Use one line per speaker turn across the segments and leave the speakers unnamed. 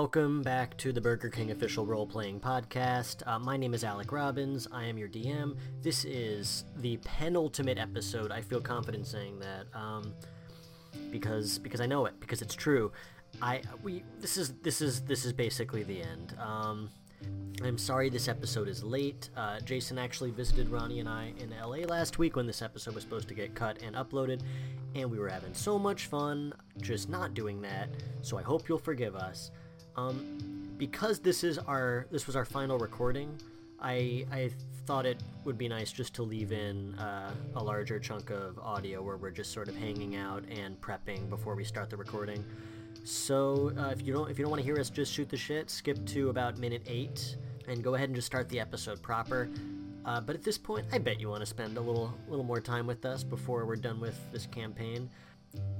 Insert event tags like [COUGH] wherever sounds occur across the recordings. Welcome back to the Burger King official role playing podcast. Uh, my name is Alec Robbins. I am your DM. This is the penultimate episode. I feel confident saying that um, because because I know it because it's true. I we this is this is this is basically the end. Um, I'm sorry this episode is late. Uh, Jason actually visited Ronnie and I in LA last week when this episode was supposed to get cut and uploaded, and we were having so much fun just not doing that. So I hope you'll forgive us. Um, because this is our this was our final recording, I I thought it would be nice just to leave in uh, a larger chunk of audio where we're just sort of hanging out and prepping before we start the recording. So uh, if you don't if you don't want to hear us just shoot the shit, skip to about minute eight and go ahead and just start the episode proper. Uh, but at this point, I bet you want to spend a little little more time with us before we're done with this campaign.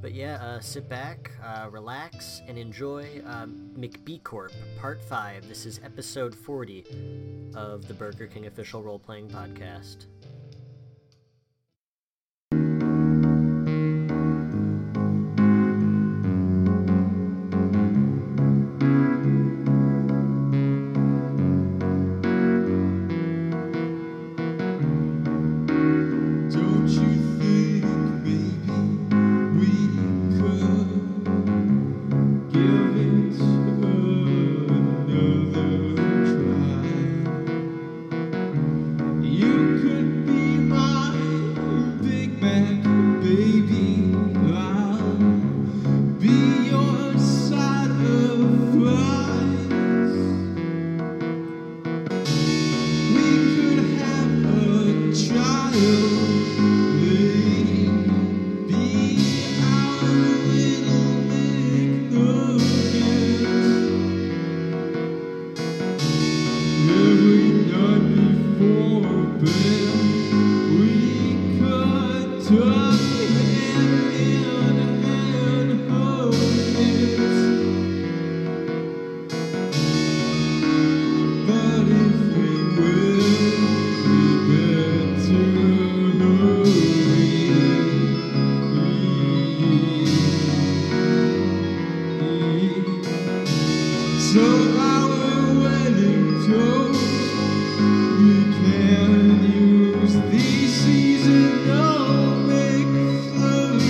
But yeah, uh, sit back, uh, relax, and enjoy um, McBee Corp Part Five. This is episode forty of the Burger King official role playing podcast.
Don't you think, baby, we could give it another try? You could be my Big Mac, baby. I'll be your side of fries. We could have a child, maybe our little McNuggets. Every night before bed, we could tuck in and hold hands. But if we will, we better So our wedding toast, we can use the seasonal make flows.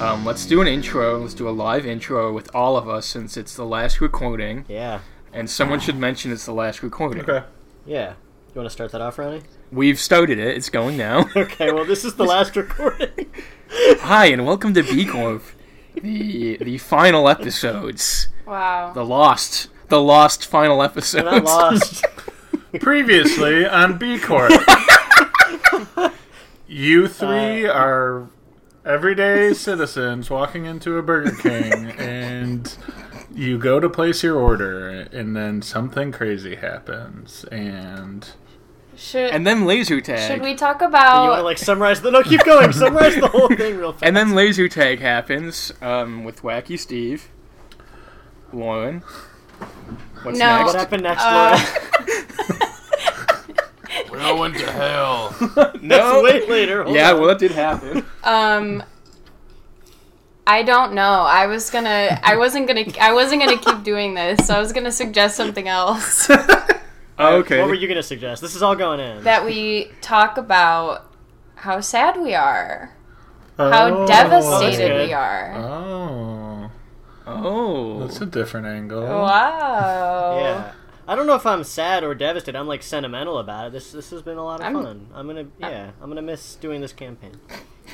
Um, let's do an intro. Let's do a live intro with all of us since it's the last recording,
Yeah,
and someone should mention it's the last recording.
Okay.
yeah. You want to start that off, [LAUGHS] Ronnie?
We've started it. It's going now.
[LAUGHS] Okay. Well, this is the last recording.
Hi, and welcome to B Corp, the the final episodes,
Wow.
the lost, the lost final episodes.
We're [LAUGHS] not lost.
Previously on B Corp. you three are everyday citizens walking into a Burger King and you go to place your order and then something crazy happens and
Should
and then laser tag.
should we talk
you want to
about
like summarize the? No, keep going. Summarize the whole thing real fast.
And then laser tag happens um, with Wacky Steve, Lauren. What's
No.
what
next?
happened next,
uh,
[LAUGHS]
We're going to hell.
Laura?
No.
Wait later. Hold
yeah,
on.
well, that did happen.
[LAUGHS] um I don't know. I was gonna I wasn't gonna I wasn't gonna keep doing this, so I was gonna suggest something else.
[LAUGHS] okay.
What were you gonna suggest? This is all going in.
That we talk about how sad we are. How devastated
Oh, good.
we are.
Oh.
Oh.
That's a different angle.
Wow.
Uh-huh. Yeah. I don't know if I'm sad or devastated. I'm like sentimental about it. This this has been a lot of
I'm-
fun. I'm gonna yeah. I'm gonna miss doing this campaign.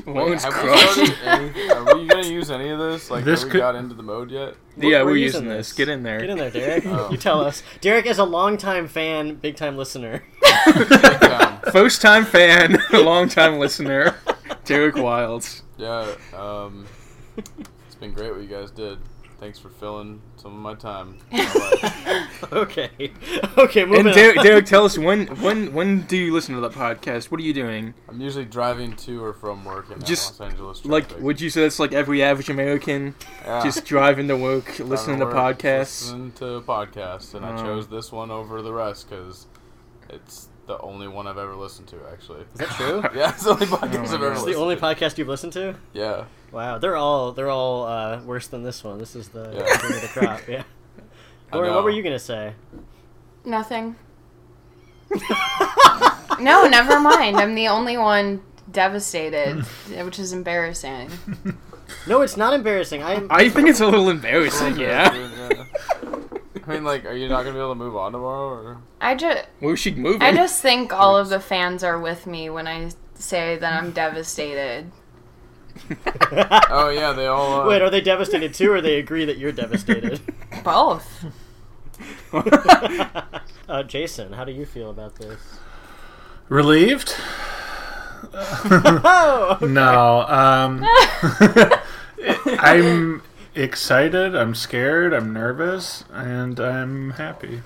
Lauren's
Have we
crushed.
started any- Are we gonna use any of this? Like,
This
have we
could-
got into the mode yet?
yeah, we're, using, this. Get in there.
[LAUGHS]
Um, [LAUGHS]
Get in there, Derek. You tell us. Derek is a longtime fan, big time listener.
Um,
[LAUGHS] First time fan, [LAUGHS] long time [LAUGHS] listener, Derek Wilds.
yeah, um, it's been great what you guys did. Thanks for filling some of my time.
[LAUGHS] okay. Okay, moving
And
on.
Derek, Derek, tell us when when when do you listen to the podcast? What are you doing?
I'm usually driving to or from work in that
Just,
Los Angeles.
Like,
traffic.
would you say that's like every average American
Yeah.
just driving to Ah. work, listening to
Gotta work,
podcasts?
Listen to podcasts, and I
Um,
chose this one over the rest because it's the only one I've ever listened to. Actually,
Is
[LAUGHS]
that [LAUGHS] true?
yeah, it's the only podcast
my
I've ever
It's
listened.
the only
to.
podcast you've listened to?
Yeah,
Wow, they're all they're all uh, worse than this one. This is the
Yeah.
cream of the crop.
[LAUGHS]
Yeah.
I
Lauren, what were
know.
you gonna say?
Nothing. no, never mind. I'm the only one devastated, which is embarrassing.
No, it's not embarrassing. I'm.
I think it's a little embarrassing. Yeah,
[LAUGHS] I mean, like, are you not gonna be able to move on tomorrow? Or?
I just,
we should move.
I
it.
just think all of the fans are with me when I say that I'm devastated.
Oh yeah, they all. Uh,
Wait, are they devastated too, or they agree that you're devastated? [LAUGHS]
Both.
uh, Jason, how do you feel about this?
Relieved?
[LAUGHS]
Oh,
No. Um, I'm excited. I'm scared. I'm nervous, and I'm happy.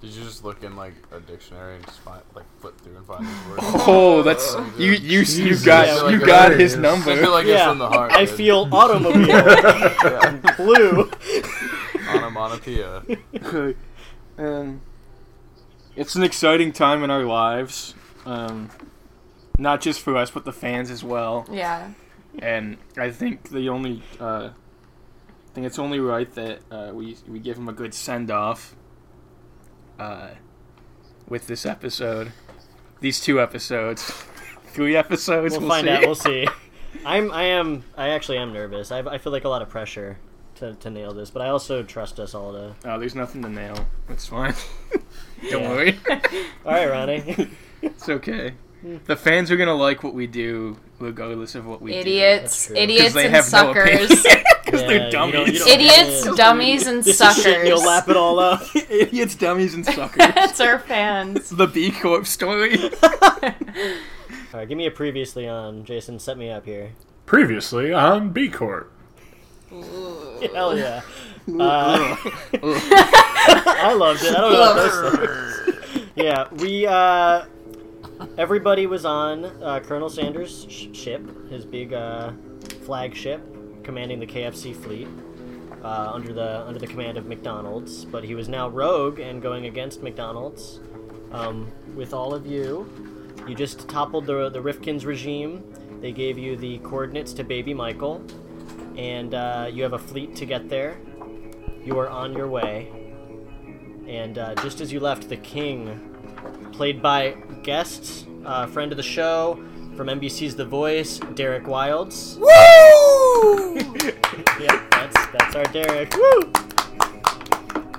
did you just look in like a dictionary and just find like flip through and find these
[LAUGHS]
[LAUGHS]
words?
Oh, that's you. You you got
Jesus
you got
Christ.
his
I feel
number.
like it's
yeah.
from the heart.
I
dude.
feel
[LAUGHS]
automobile and [LAUGHS] blue. [LAUGHS]
onomatopoeia.
Okay. Um, it's an exciting time in our lives, um, not just for us, but the fans as well.
[LAUGHS] Yeah.
And I think the only, uh, I think it's only right that uh, we we give him a good send off. Uh, with this episode, these two episodes, three episodes.
We'll,
We'll,
find
see.
out. We'll see. I'm. I am. I actually am nervous. I, I feel like a lot of pressure to, to nail this, but I also trust us all to.
Oh, there's nothing to nail. It's fine. [LAUGHS] Don't
Yeah.
worry.
[LAUGHS] All right, Ronnie.
It's okay.
Hmm.
The fans are gonna like what we do, regardless of what we
That's
Idiots,
true.
do. 'Cause
idiots,
they
and
have no
suckers.
[LAUGHS] because
Yeah,
they're
you don't- you
dummies.
don't-
idiots,
Yeah.
dummies, and
This is shit, and [LAUGHS]
suckers.
you'll lap it all up.
Idiots, dummies, and
[LAUGHS]
[LAUGHS]
suckers.
That's
[LAUGHS]
our fans.
the B Corp story.
All right, give me a previously on, Jason. Set me up here.
Previously on B Corp.
[LAUGHS] Hell yeah. Uh, I loved it. I don't know. What this [LAUGHS] yeah, we uh, everybody was on uh, Colonel Sanders' sh- ship, his big uh, flagship, commanding the KFC fleet uh, under the under the command of McDonald's. But he was now rogue and going against McDonald's um, with all of you. You just toppled the the Rifkin's regime. They gave you the coordinates to Baby Michael and uh, you have a fleet to get there. You are on your way. And uh, just as you left, the king, played by guest, uh, friend of the show, from NBC's The Voice, Derek Wilds. Woo! yeah, that's, that's our Derek. Woo!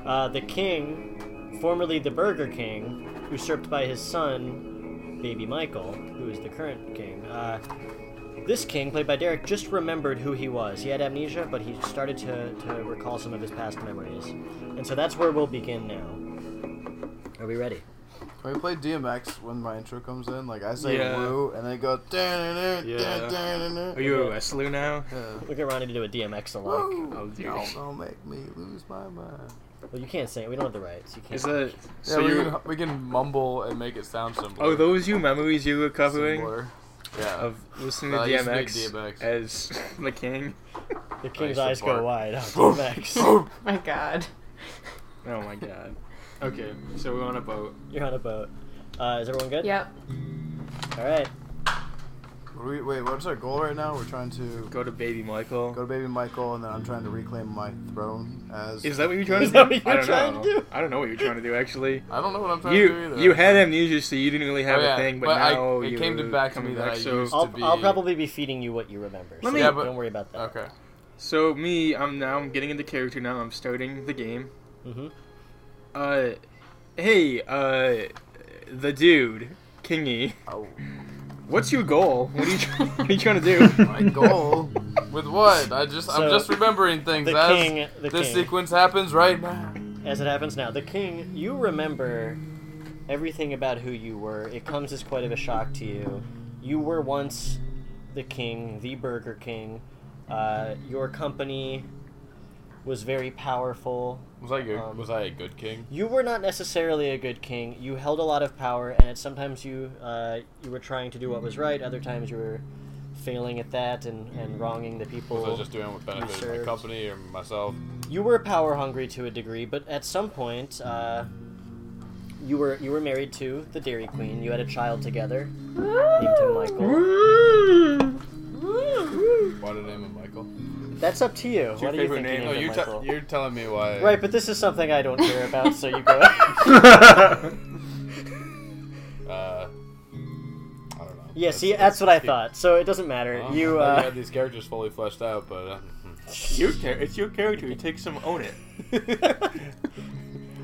Uh, the king, formerly the Burger King, usurped by his son, Baby Michael, who is the current king. Uh, this king, played by Derek, just remembered who he was. He had amnesia, but he started to, to recall some of his past memories. And so that's where we'll begin now. Are we ready?
Can we play DMX when my intro comes in? Like I say
Yeah.
woo, and they go. Yeah.
Yeah. Are you a wrestler now?
Look at Ronnie to do a DMX along.
Woo!
Oh, dear.
Y'all gonna make me lose my mind.
Well, you can't sing it. We don't have the rights. You can't.
Is that
Yeah,
so?
we,
you
can, we can mumble and make it sound similar.
oh, those you memories you were covering
Similar. Yeah.
of listening to
Well, I used to be
DMX,
DMX.
as [LAUGHS] the king.
the king's eyes
Nice
go
support.
wide. Oh, DMX.
[LAUGHS]
[LAUGHS]
oh,
My God.
Oh my god. Okay, so we're on a boat.
[LAUGHS] You're on a boat. Uh, is everyone good?
Yep.
All right.
what do we, wait, what's our goal right now? We're trying to
Go to Baby Michael.
go to Baby Michael, and then I'm trying to reclaim my throne as.
Is that what you're trying
Is
to
that
do?
what you're
I don't
trying
know.
to do?
I don't know what you're trying to do actually.
I don't know what I'm trying to do
You
either.
you had amnesia, so you didn't really have
Oh, yeah,
a thing, but,
but I-
now
it
you
came to
were
back to
coming
me that I
So,
used-
I'll,
to
I'll
be-
probably be feeding you what you remember. So
Let me-
Yeah, but-
don't worry about that.
Okay.
so me, I'm now I'm getting into character now. I'm starting the game.
hmm
Uh, hey, uh, the dude, Kingy,
Oh,
what's your goal? What are you trying, [LAUGHS] what are you trying to do?
[LAUGHS]
my goal with what? I just
So,
I'm just remembering things
the
as
king- the
this
king.
sequence happens right now.
As it happens now, the king, you remember everything about who you were. It comes as quite of a shock to you. You were once the king, the Burger King. Uh, your company was very powerful.
Was I good?
Um,
was I a good king?
You were not necessarily a good king. You held a lot of power, and sometimes you uh, you were trying to do what was right. Other times you were failing at that and, and wronging the people.
Was I just doing what benefited my
served.
company or myself?
you were power hungry to a degree, but at some point, uh, you were you were married to the Dairy Queen. You had a child together named him Michael.
Why did I name him Michael?
That's up to you. What do you
favorite
think? you named
name?
No,
him
Oh, you're,
Michael?
te- [LAUGHS] you're telling me why.
Right, but this is something I don't care about, so you go.
[LAUGHS] Uh, I don't know.
[LAUGHS] yeah, see, that's what I thought. So it doesn't matter.
Oh,
you
I thought
uh,
you had these characters fully fleshed out, but uh,
Your char- it's your character. You take some, own it.
[LAUGHS]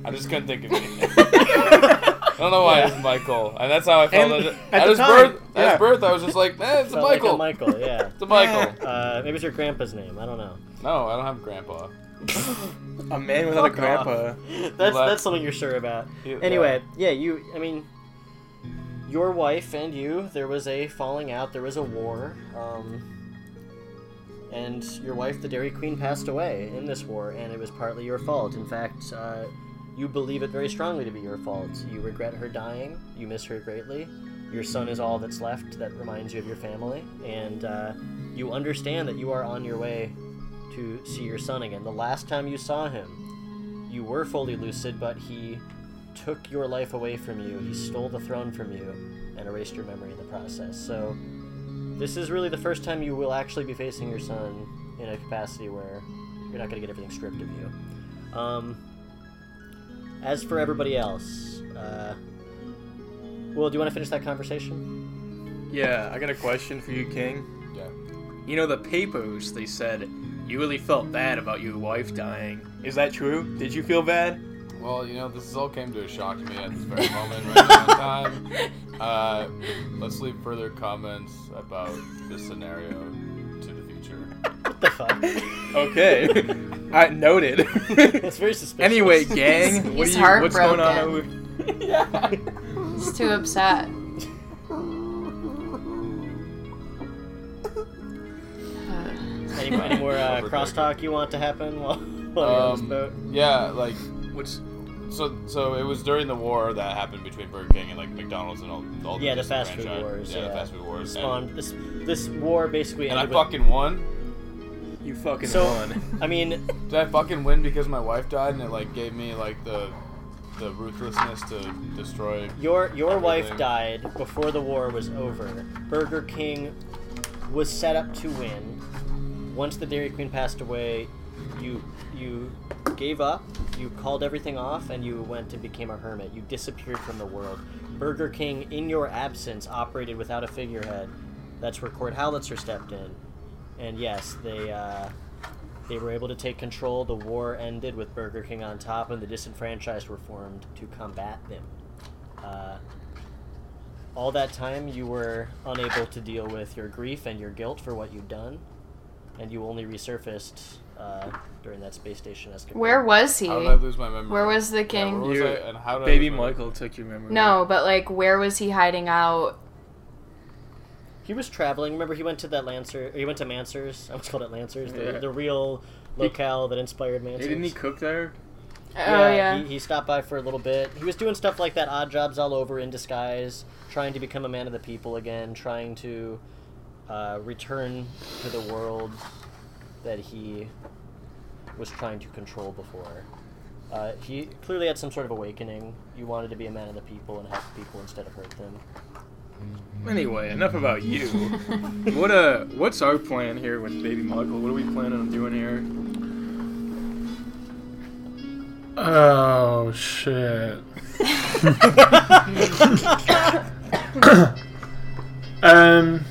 I just couldn't think
[LAUGHS]
of anything. I don't know why it's Michael, and that's how I felt.
And
at,
at
at
the
his
time,
birth, at
yeah.
his birth, I was just like, eh, it's a
felt
Michael.
Like a Michael, yeah.
It's a Michael.
Uh, maybe it's your grandpa's name. I don't know.
No, I don't have grandpa.
A man without a grandpa.
That's
Well,
that's something you're sure about.
Yeah.
Anyway, yeah, you. I mean, your wife and you. There was a falling out. There was a war. Um, and your wife, the Dairy Queen, passed away in this war, and it was partly your fault. In fact, uh, you believe it very strongly to be your fault. You regret her dying. You miss her greatly. Your son is all that's left. That reminds you of your family, and uh, you understand that you are on your way to see your son again. The last time you saw him, you were fully lucid, but he took your life away from you. He stole the throne from you and erased your memory in the process. So, this is really the first time you will actually be facing your son in a capacity where you're not going to get everything stripped of you. Um, as for everybody else, uh, well, do you want to finish that conversation?
Yeah, I got a question for you, King.
Yeah.
You know the papers. They said you really felt bad about your wife dying. Is that true? Did you feel bad?
Well, you know, this all came to a shock to me at this very moment right now in time. Uh, let's leave further comments about this scenario to the future.
What the [LAUGHS] fuck?
[LAUGHS] Okay, I noted. [LAUGHS]
That's very suspicious.
anyway, gang, what
He's
do you, what's going on over?
heartbroken. He's too
[LAUGHS]
upset. [SIGHS]
any, any more uh, crosstalk you want to happen while, while you're on this
Um,
boat?
Yeah, like
What's
so. So it was during the war that happened between Burger King and like McDonald's and all. all
Yeah, the
different
fast food
franchise-
wars,
Yeah, the
yeah.
fast food wars. and-
Spawn. This this war basically
And,
ended
I
with-
fucking won.
you fucking
So- [LAUGHS]
won?
I mean,
Did I fucking win because my wife died and it like gave me like the the ruthlessness to destroy?
your your wife
Everything.
died before the war was over. Burger King was set up to win. Once the Dairy Queen passed away, you you gave up. You called everything off, and you went and became a hermit. You disappeared from the world. Burger King, in your absence, operated without a figurehead. That's where Court Howitzer stepped in, and yes, they. Uh, They were able to take control. The war ended with Burger King on top, and the disenfranchised were formed to combat them. Uh, all that time, you were unable to deal with your grief and your guilt for what you'd done, and you only resurfaced uh, during that space station escapade.
Where was he?
How did I lose my memory?
Where was the
Yeah, where
king?
was
You-
I, and how did I
Baby
lose my memory?
Michael took your memory.
No, but like, where was he hiding out?
he was traveling. Remember, he went to that Lancer. Or he went to Mansers. I almost called it Lancers. The,
Yeah.
the real locale that inspired Mansers.
Hey, didn't he cook there?
Oh yeah.
He, he stopped by for a little bit. He was doing stuff like that, odd jobs all over in disguise, trying to become a man of the people again, trying to uh, return to the world that he was trying to control before. Uh, he clearly had some sort of awakening. You wanted to be a man of the people and help people instead of hurt them.
Anyway, enough about you. what uh, what's our plan here with Baby Michael? What are we planning on doing here?
Oh shit. um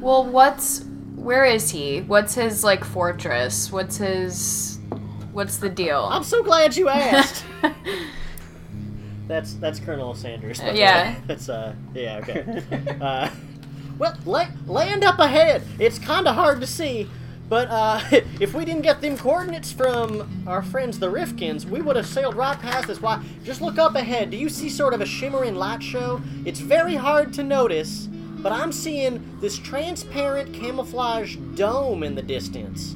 Well, what's where is he? What's his like fortress? What's his what's the deal? [LAUGHS]
I'm so glad you asked. that's that's Colonel Sanders. by the
Yeah.
way. [LAUGHS] That's uh yeah okay. uh, well, la- land up ahead. It's kind of hard to see, But uh, [LAUGHS] if we didn't get them coordinates from our friends the Rifkins, we would have sailed right past this. Why? Just look up ahead. Do you see sort of a shimmering light show? It's very hard to notice, but I'm seeing this transparent camouflage dome in the distance.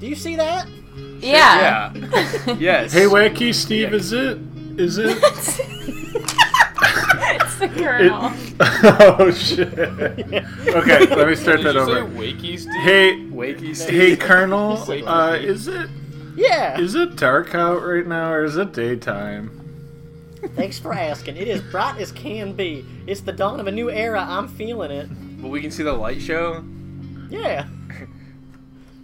Do you see that?
Yeah.
Yeah. yes.
Hey, wacky Steve, is it? Is it?
[LAUGHS] It's the colonel.
oh [LAUGHS] shit. Okay, let me start
Did
that
you say
over.
wakey Steve?
Hey,
Wakey Steve.
hey, Colonel.
Wait,
Uh,
wait.
is it
Yeah.
is it dark out right now, or is it daytime?
Thanks for asking. It is bright as can be. It's the dawn of a new era. I'm feeling it.
But we can see the light show.
Yeah.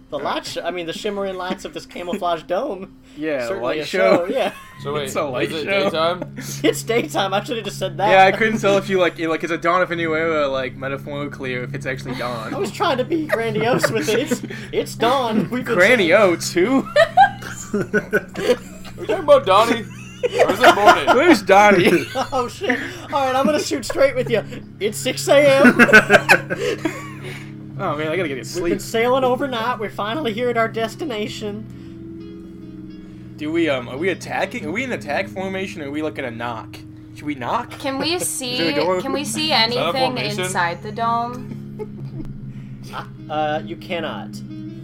The lights, I mean, the shimmering lights of this camouflage dome.
Yeah, the
certainly
light
a
show.
Yeah.
So wait,
It's a light
is it
show.
daytime?
It's daytime. I should have just said that.
[LAUGHS] Yeah, I couldn't tell if you like it, like it's a dawn of a new era, like metaphorically, or if it's actually
[LAUGHS] I
dawn.
was trying to be grandiose with it. It's, it's
[LAUGHS]
dawn. We've been
Granny O too.
Are you talking about Donnie? Or is
[LAUGHS]
it morning? [LAUGHS]
Where's Donnie?
Oh shit! All right, I'm gonna shoot straight with you. It's 6
[LAUGHS]
a.m.
[LAUGHS] Oh man, I gotta get to
We've been
sleep.
sailing overnight. We're finally here at our destination.
Do we um? Are we attacking? Are we in attack formation? Or are we looking to knock? Should we knock?
Can we see?
door?
Can we see
that a
anything
formation?
inside the dome?
Uh, you cannot.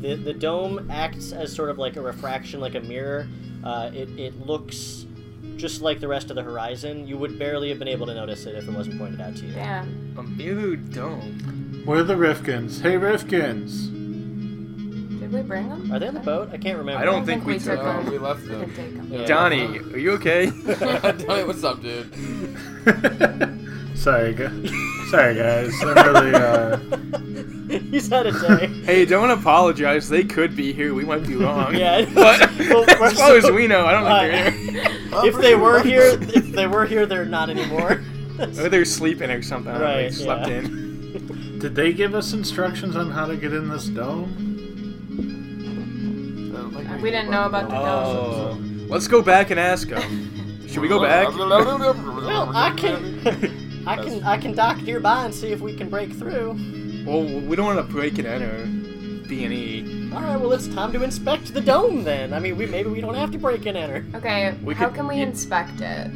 The the dome acts as sort of like a refraction, like a mirror. Uh, it it looks just like the rest of the horizon. You would barely have been able to notice it if it wasn't pointed out to you.
Damn.
A mirror dome.
We're the Rifkins. Hey, Rifkins.
Did we bring them?
Are they on the boat? I can't remember.
I don't think we took
No,
them.
we left
We didn't
them.
take them.
[LAUGHS]
Yeah.
Donnie, are you [LAUGHS] okay?
[LAUGHS] Donnie, what's up, dude?
[LAUGHS] Sorry, gu- sorry guys. I'm really uh,
[LAUGHS] He's had a day.
[LAUGHS] hey, don't apologize. They could be here. We might be wrong.
[LAUGHS] Yeah.
[LAUGHS] But
Well,
as far as we know,
[LAUGHS]
I
Uh,
don't think they're here.
[LAUGHS] if they were here, if they were here, they're not
[LAUGHS]
anymore.
Or they're sleeping or something. I don't know, they
Right,
slept
yeah. [LAUGHS]
in.
Did they give us instructions on how to get in this dome?
Uh, We didn't know about the dome.
Oh. [LAUGHS] Let's go back and ask them. Should we go back?
Well, I can, [LAUGHS] I can, I can dock nearby and see if we can break through.
Well, we don't want to break and enter B and E.
All right, well, it's time to inspect the dome then. I mean, we maybe we don't have to break and enter.
Okay.
We
how
could-
can we
yeah.
inspect it?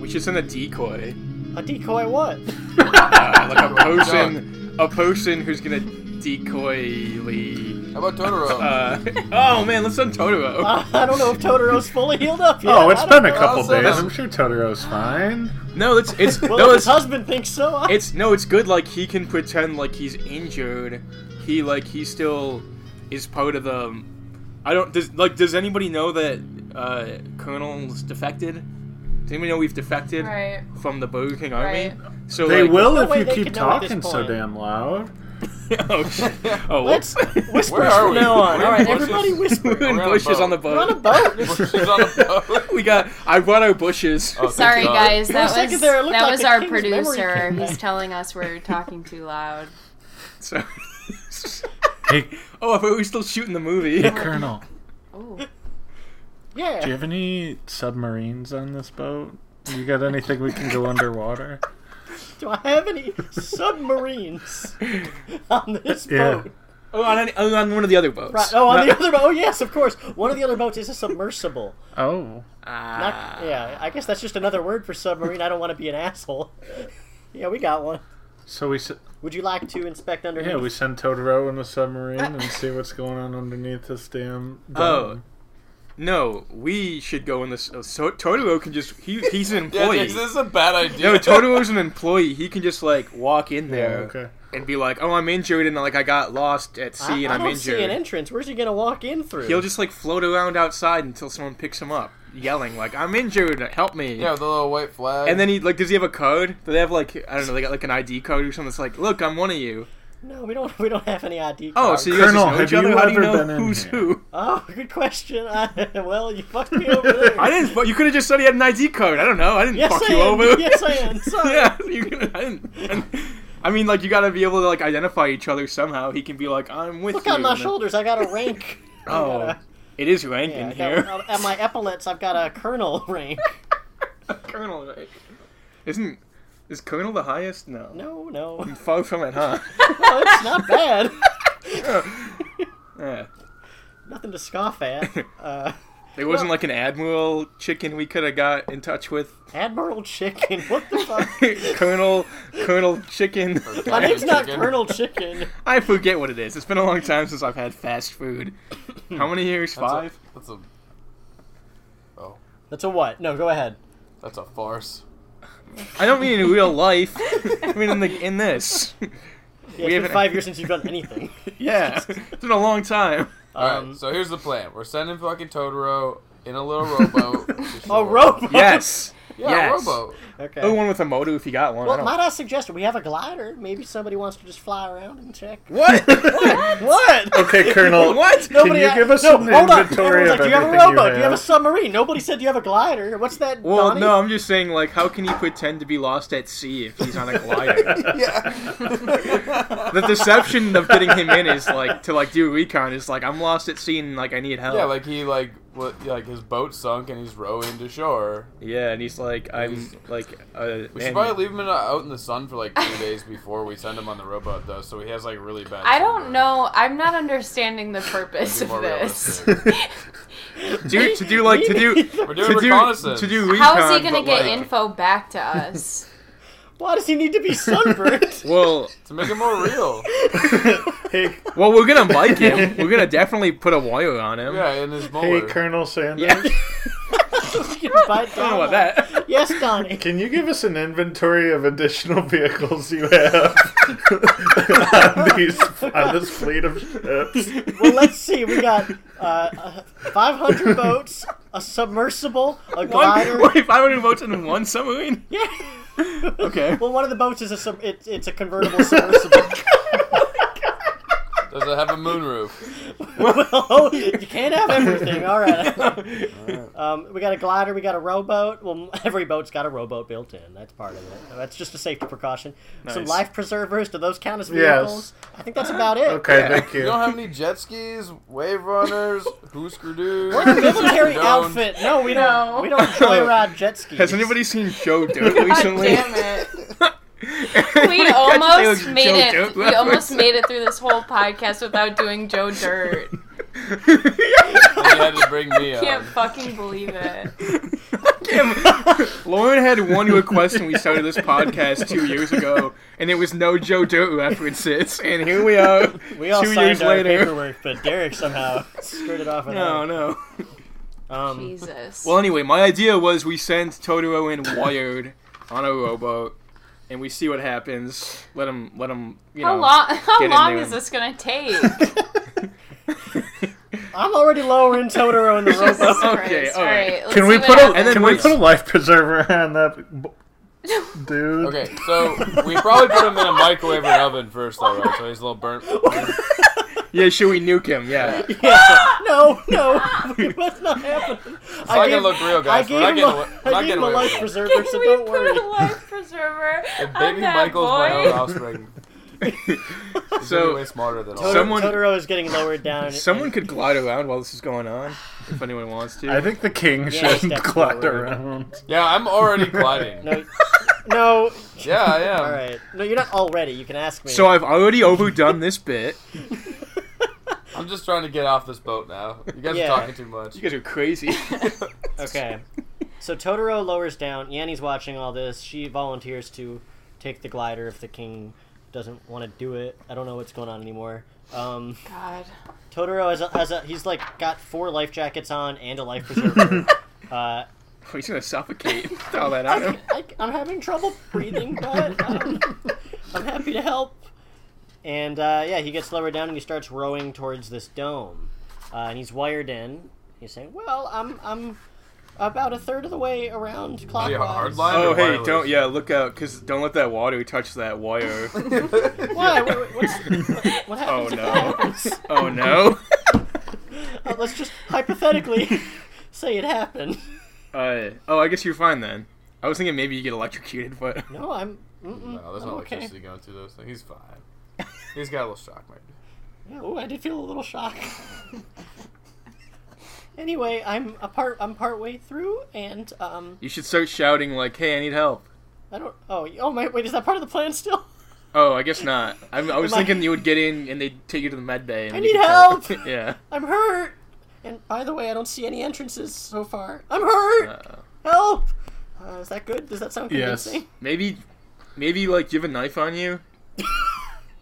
We should send a decoy.
A decoy, what? [LAUGHS]
Uh, like a person, a person who's gonna decoyly.
How about Totoro?
Uh, [LAUGHS] oh man, let's send Totoro.
Uh, I don't know if Totoro's fully healed up yet.
Oh, it's
I don't
been a
know.
couple
Also-
days. I'm sure Totoro's fine.
No, it's it's
Well,
no,
if his
it's
husband thinks so. I...
it's no, it's good. Like he can pretend like he's injured. He like he still is part of the. I don't does like does anybody know that uh, Colonel's defected? Does anybody know we've defected
Right.
from the Burger King army?
Right.
So
They
like-
will
no
if
way
you
they
keep
could know at this
talking so
point.
damn loud.
[LAUGHS] oh, shit. oh [LAUGHS]
Let's whisper
Where are
from
we?
now on.
We're
All right,
in bushes.
everybody whisper.
We're in
We're on a
bushes
boat.
on the
We're on a
boat.
boat.
She's on a
[LAUGHS]
[LAUGHS]
boat.
We got. I brought our bushes.
Oh, thank
Sorry,
God.
guys. That
For a second
was
there, it
that
looked like
was
the
our
king's memory
producer.
came back.
He's telling us we're talking too loud.
So.
Hey,
Oh, I thought we were still shooting the movie.
hey, Colonel.
Oh,
Do you
Yeah.
have any submarines on this boat? You got anything we can go underwater?
Do I have any submarines [LAUGHS] on this
Yeah.
boat?
Oh, on, any, oh, on one of the other boats.
Right. Oh, on the
Not-
other boat. Oh, yes, of course. One of the other boats is a submersible.
Oh.
Not,
Ah.
yeah, I guess that's just another word for submarine. I don't want to be an asshole. [LAUGHS] Yeah, we got one.
So we s-
Would you like to inspect underneath?
yeah we send Totoro in the submarine and see what's going on underneath this damn.
Oh.
Dome.
No, we should go in this. Uh, so, Totoro can just. He,
[LAUGHS]
he's an
Yeah,
employee.
this is a bad idea.
no, Totoro's an employee. He can just like walk in
Yeah,
there
okay.
and be like, "Oh, I'm injured, and like I got lost at
I,
sea, and
I
am
don't
injured."
see an entrance. Where's he gonna walk in through?
He'll just like float around outside until someone picks him up, yelling like, "I'm injured, help me!"
Yeah, with the little white flag.
And then he like, does he have a code? Do they have like, I don't know, they got like an ID code or something that's like, "Look, I'm one of you."
No, we don't. We don't have any ID.
Oh,
card.
so you guys
Uh, Colonel,
just know each other?
have you
How do you
ever
know
been in
who's
here?
who?
Oh, good question. [LAUGHS] I, well, you fucked me over there.
[LAUGHS] [LAUGHS] I didn't. But you could have just said he had an ID code. I don't know. I didn't
Yes,
fuck
I
you
am.
over.
Yes, I
[LAUGHS]
am. Sorry.
yeah, you could. I didn't. I didn't- I mean, like, you gotta be able to like identify each other somehow. He can be like, "I'm with
Look
you."
on my
and then-
shoulders. I got a rank. I
[LAUGHS] Oh,
got a-
it is rank
yeah,
in
I got-
here.
on- at my epaulets, I've got a colonel [LAUGHS] rank.
[LAUGHS] Colonel, right? Isn't is Colonel the highest? No. [LAUGHS]
No, no. [LAUGHS]
Far from it, huh?
Well, it's not bad.
Yeah.
Nothing to scoff
[LAUGHS]
at. Uh,
It wasn't like an admiral chicken we could have got in touch with.
Admiral Chicken. What the fuck?
[LAUGHS] Colonel, Colonel Chicken.
My name's not
Chicken.
Colonel Chicken.
I forget what it is. It's been a long time since I've had fast
[LAUGHS]
food. How many years?
That's a-
Five.
That's a. Oh,
That's a what? No, go ahead.
that's a farce.
I don't
[LAUGHS]
mean in real life. I mean in the in this.
Yeah,
We
it's been
haven't-
five years since you've done anything.
[LAUGHS] Yeah, it's been a long
[LAUGHS]
time.
All right,
Um,
so here's the plan. We're sending fucking Totoro in a
[LAUGHS]
little rowboat. to
a
shore.
rowboat.
Yes.
Yeah,
yes.
a rowboat.
Okay.
The Oh, one with a motor if you got one. I
Well,
don't-
might I suggest we have a glider? Maybe somebody wants to just fly around and check.
[LAUGHS] What?
What?
Okay,
[LAUGHS]
Colonel.
[LAUGHS]
what?
[LAUGHS]
Nobody.
you give us
no,
an
hold on.
inventory
Everyone's
of
like, do you have a
everything you
rowboat? Do you have a
have?"
submarine? Nobody said you have a glider. What's that?
Well,
Donnie? [LAUGHS]
no, I'm just saying, like, how can he pretend to be lost at sea if he's on
[LAUGHS]
a glider?
Yeah.
[LAUGHS] the deception of getting him in is like to like do recon is like I'm lost at sea and like I need help.
yeah, like he like what like his boat sunk and he's rowing to shore.
yeah, and he's like I'm
He's-
like uh,
We should probably leave him in, out in the sun for like two days before we send him on the rowboat, though, so he has like really bad.
I don't
sunburn.
know. I'm not understanding the purpose
Be
of
more
this. [LAUGHS]
realistic.
do to do like to do
We're doing
to do
reconnaissance.
to do recon.
How is he gonna
but,
get
like,
info back to us?
Why does he need to be
[LAUGHS]
sunburned? [LAUGHS]
Well,
to make it
[LAUGHS]
more real.
hey,
well, we're gonna mic him. We're gonna definitely put a wire on him.
Yeah, in his
hey,
molar.
Colonel Sanders.
Yeah.
You can bite
I don't know
down
about
on it. [LAUGHS]
that.
Yes, Donnie.
Can you give us an inventory of additional [LAUGHS] vehicles you
[LAUGHS]
have on, these, on this fleet of ships?
Well, let's see. We got uh, uh, 500 boats, a submersible, a glider.
[LAUGHS] One, wait, 500 votes in one submarine?
Yeah.
Okay.
Well, one of the boats is a sub- it, it's a convertible submersible.
[LAUGHS]
Does it have
[LAUGHS]
a moonroof?
well, [LAUGHS] you can't have everything. All right. [LAUGHS] Um, we got a glider. We got a rowboat. Well, [LAUGHS] every boat's got a rowboat built in. That's part of it. That's just a safety precaution. Some
Nice.
life preservers. Do those count as
Yes.
vehicles? I think that's about it.
Okay, thank
You don't
you.
have any jet skis, wave runners, hoosker dudes.
We're a [LAUGHS]
[LAUGHS]
military
Don't.
outfit. No, we don't.
No.
We don't
[LAUGHS]
joyride jet skis.
Has anybody seen Joe Dirt
[LAUGHS] God
recently? [LAUGHS]
damn it.
Everybody
We
got to say "Oh,
almost
Joe
made it.
Dirt
We
reference.
almost made it through this whole podcast without doing Joe Dirt.
You had to bring me
[LAUGHS]
on.
Can't fucking believe it.
Damn. [LAUGHS] Lauren had one request when we started this podcast two years ago, and it was no Joe Dirt references. And here we are,
We all
two
signed
years
our
later.
paperwork, but Derek
[LAUGHS]
somehow screwed it off. with
No, no.
that. Um,
Jesus.
Well, anyway, my idea was we send Totoro in wired [LAUGHS] on a rowboat, and we see what happens. Let him, let him, you
how
know.
long? How
get in
long
there
is
and-
this gonna take?
I'm already lowering Totoro in the
Jesus
rowboat. [LAUGHS]
Christ.
okay,
All right.
Can we put a
and then
can we
wait.
put a life preserver on
[LAUGHS]
that b- dude?
Okay, so we probably put him in a microwave or oven first, though, right? So he's a
[LAUGHS]
little burnt.
[LAUGHS] Yeah, should we nuke him?
[LAUGHS]
Yeah.
Yeah. No, no, [LAUGHS] that's not happening.
It's not gonna look real,
I
guys.
gave
We're not
him
getting
a,
away- we're
I
not
gave
getting
him a
away
life
with it.
preserver,
Can
so
we
don't
put
worry.
a life
[LAUGHS]
preserver
If
on
baby
that
Michael's
boy? [LAUGHS]
my own offspring, he's gonna be
So
way smarter than all.
Totoro,
of
[LAUGHS]
us.
Someone-
Totoro is getting lowered down.
someone could glide around while this is going on, if anyone wants to.
I think the king
Yeah,
should
step
glide
forward.
around.
Yeah, I'm already
[LAUGHS]
gliding.
No, [LAUGHS] no.
Yeah, I am.
All right. No, you're not already. You can ask me.
So I've already overdone this bit.
I'm just trying to get off this boat now. You guys
Yeah.
are talking too much.
You
[LAUGHS]
guys are crazy.
[LAUGHS]
[LAUGHS]
okay. So Totoro lowers down. Yanni's watching all this. She volunteers to take the glider if the king doesn't want to do it. I don't know what's going on anymore. Um,
God.
Totoro has a, has a he's like got four life jackets on and a life
[LAUGHS]
preserver. uh,
He's gonna suffocate. [LAUGHS] Throw that at him.
I, I'm having trouble breathing, but um, I'm happy to help. And uh, yeah, he gets lowered down and he starts rowing towards this dome. Uh, and he's wired in. He's saying, "Well, I'm I'm about a third of the way around clockwise."
Be a hard line.
Oh hey,
Wireless.
don't yeah, look out, cause don't let that water touch that
[LAUGHS]
wire. [LAUGHS]
Why? What, what's- what, what
Oh
happens? if that
no.
happens?
Oh no.
[LAUGHS]
Uh, let's just hypothetically
[LAUGHS]
say it happened.
Uh, oh, I guess you're fine then. I was thinking maybe you get
[LAUGHS]
electrocuted, but
No, I'm. mm, Mm-mm,
No, there's
I'm
no
okay.
electricity going through those things. He's fine. He's got a little shock, maybe.
Yeah, ooh, I did feel a little
[LAUGHS]
shock. anyway, I'm a part. I'm part way through, and um,
you should start shouting like, "Hey, I need help."
I don't. Oh, y- oh my. Wait, is that part of the plan still? [LAUGHS]
Oh, I guess not. I'm, I was thinking you would get in and they'd take you to the med bay. And
I
then you
need
could
help!
tell- [LAUGHS] yeah.
I'm hurt. And by the way, I don't see any entrances so far. I'm hurt.
Uh.
Help! Uh, is that good? Does that sound
Yes.
convincing?
Maybe, maybe like you have a knife on
[LAUGHS]
you.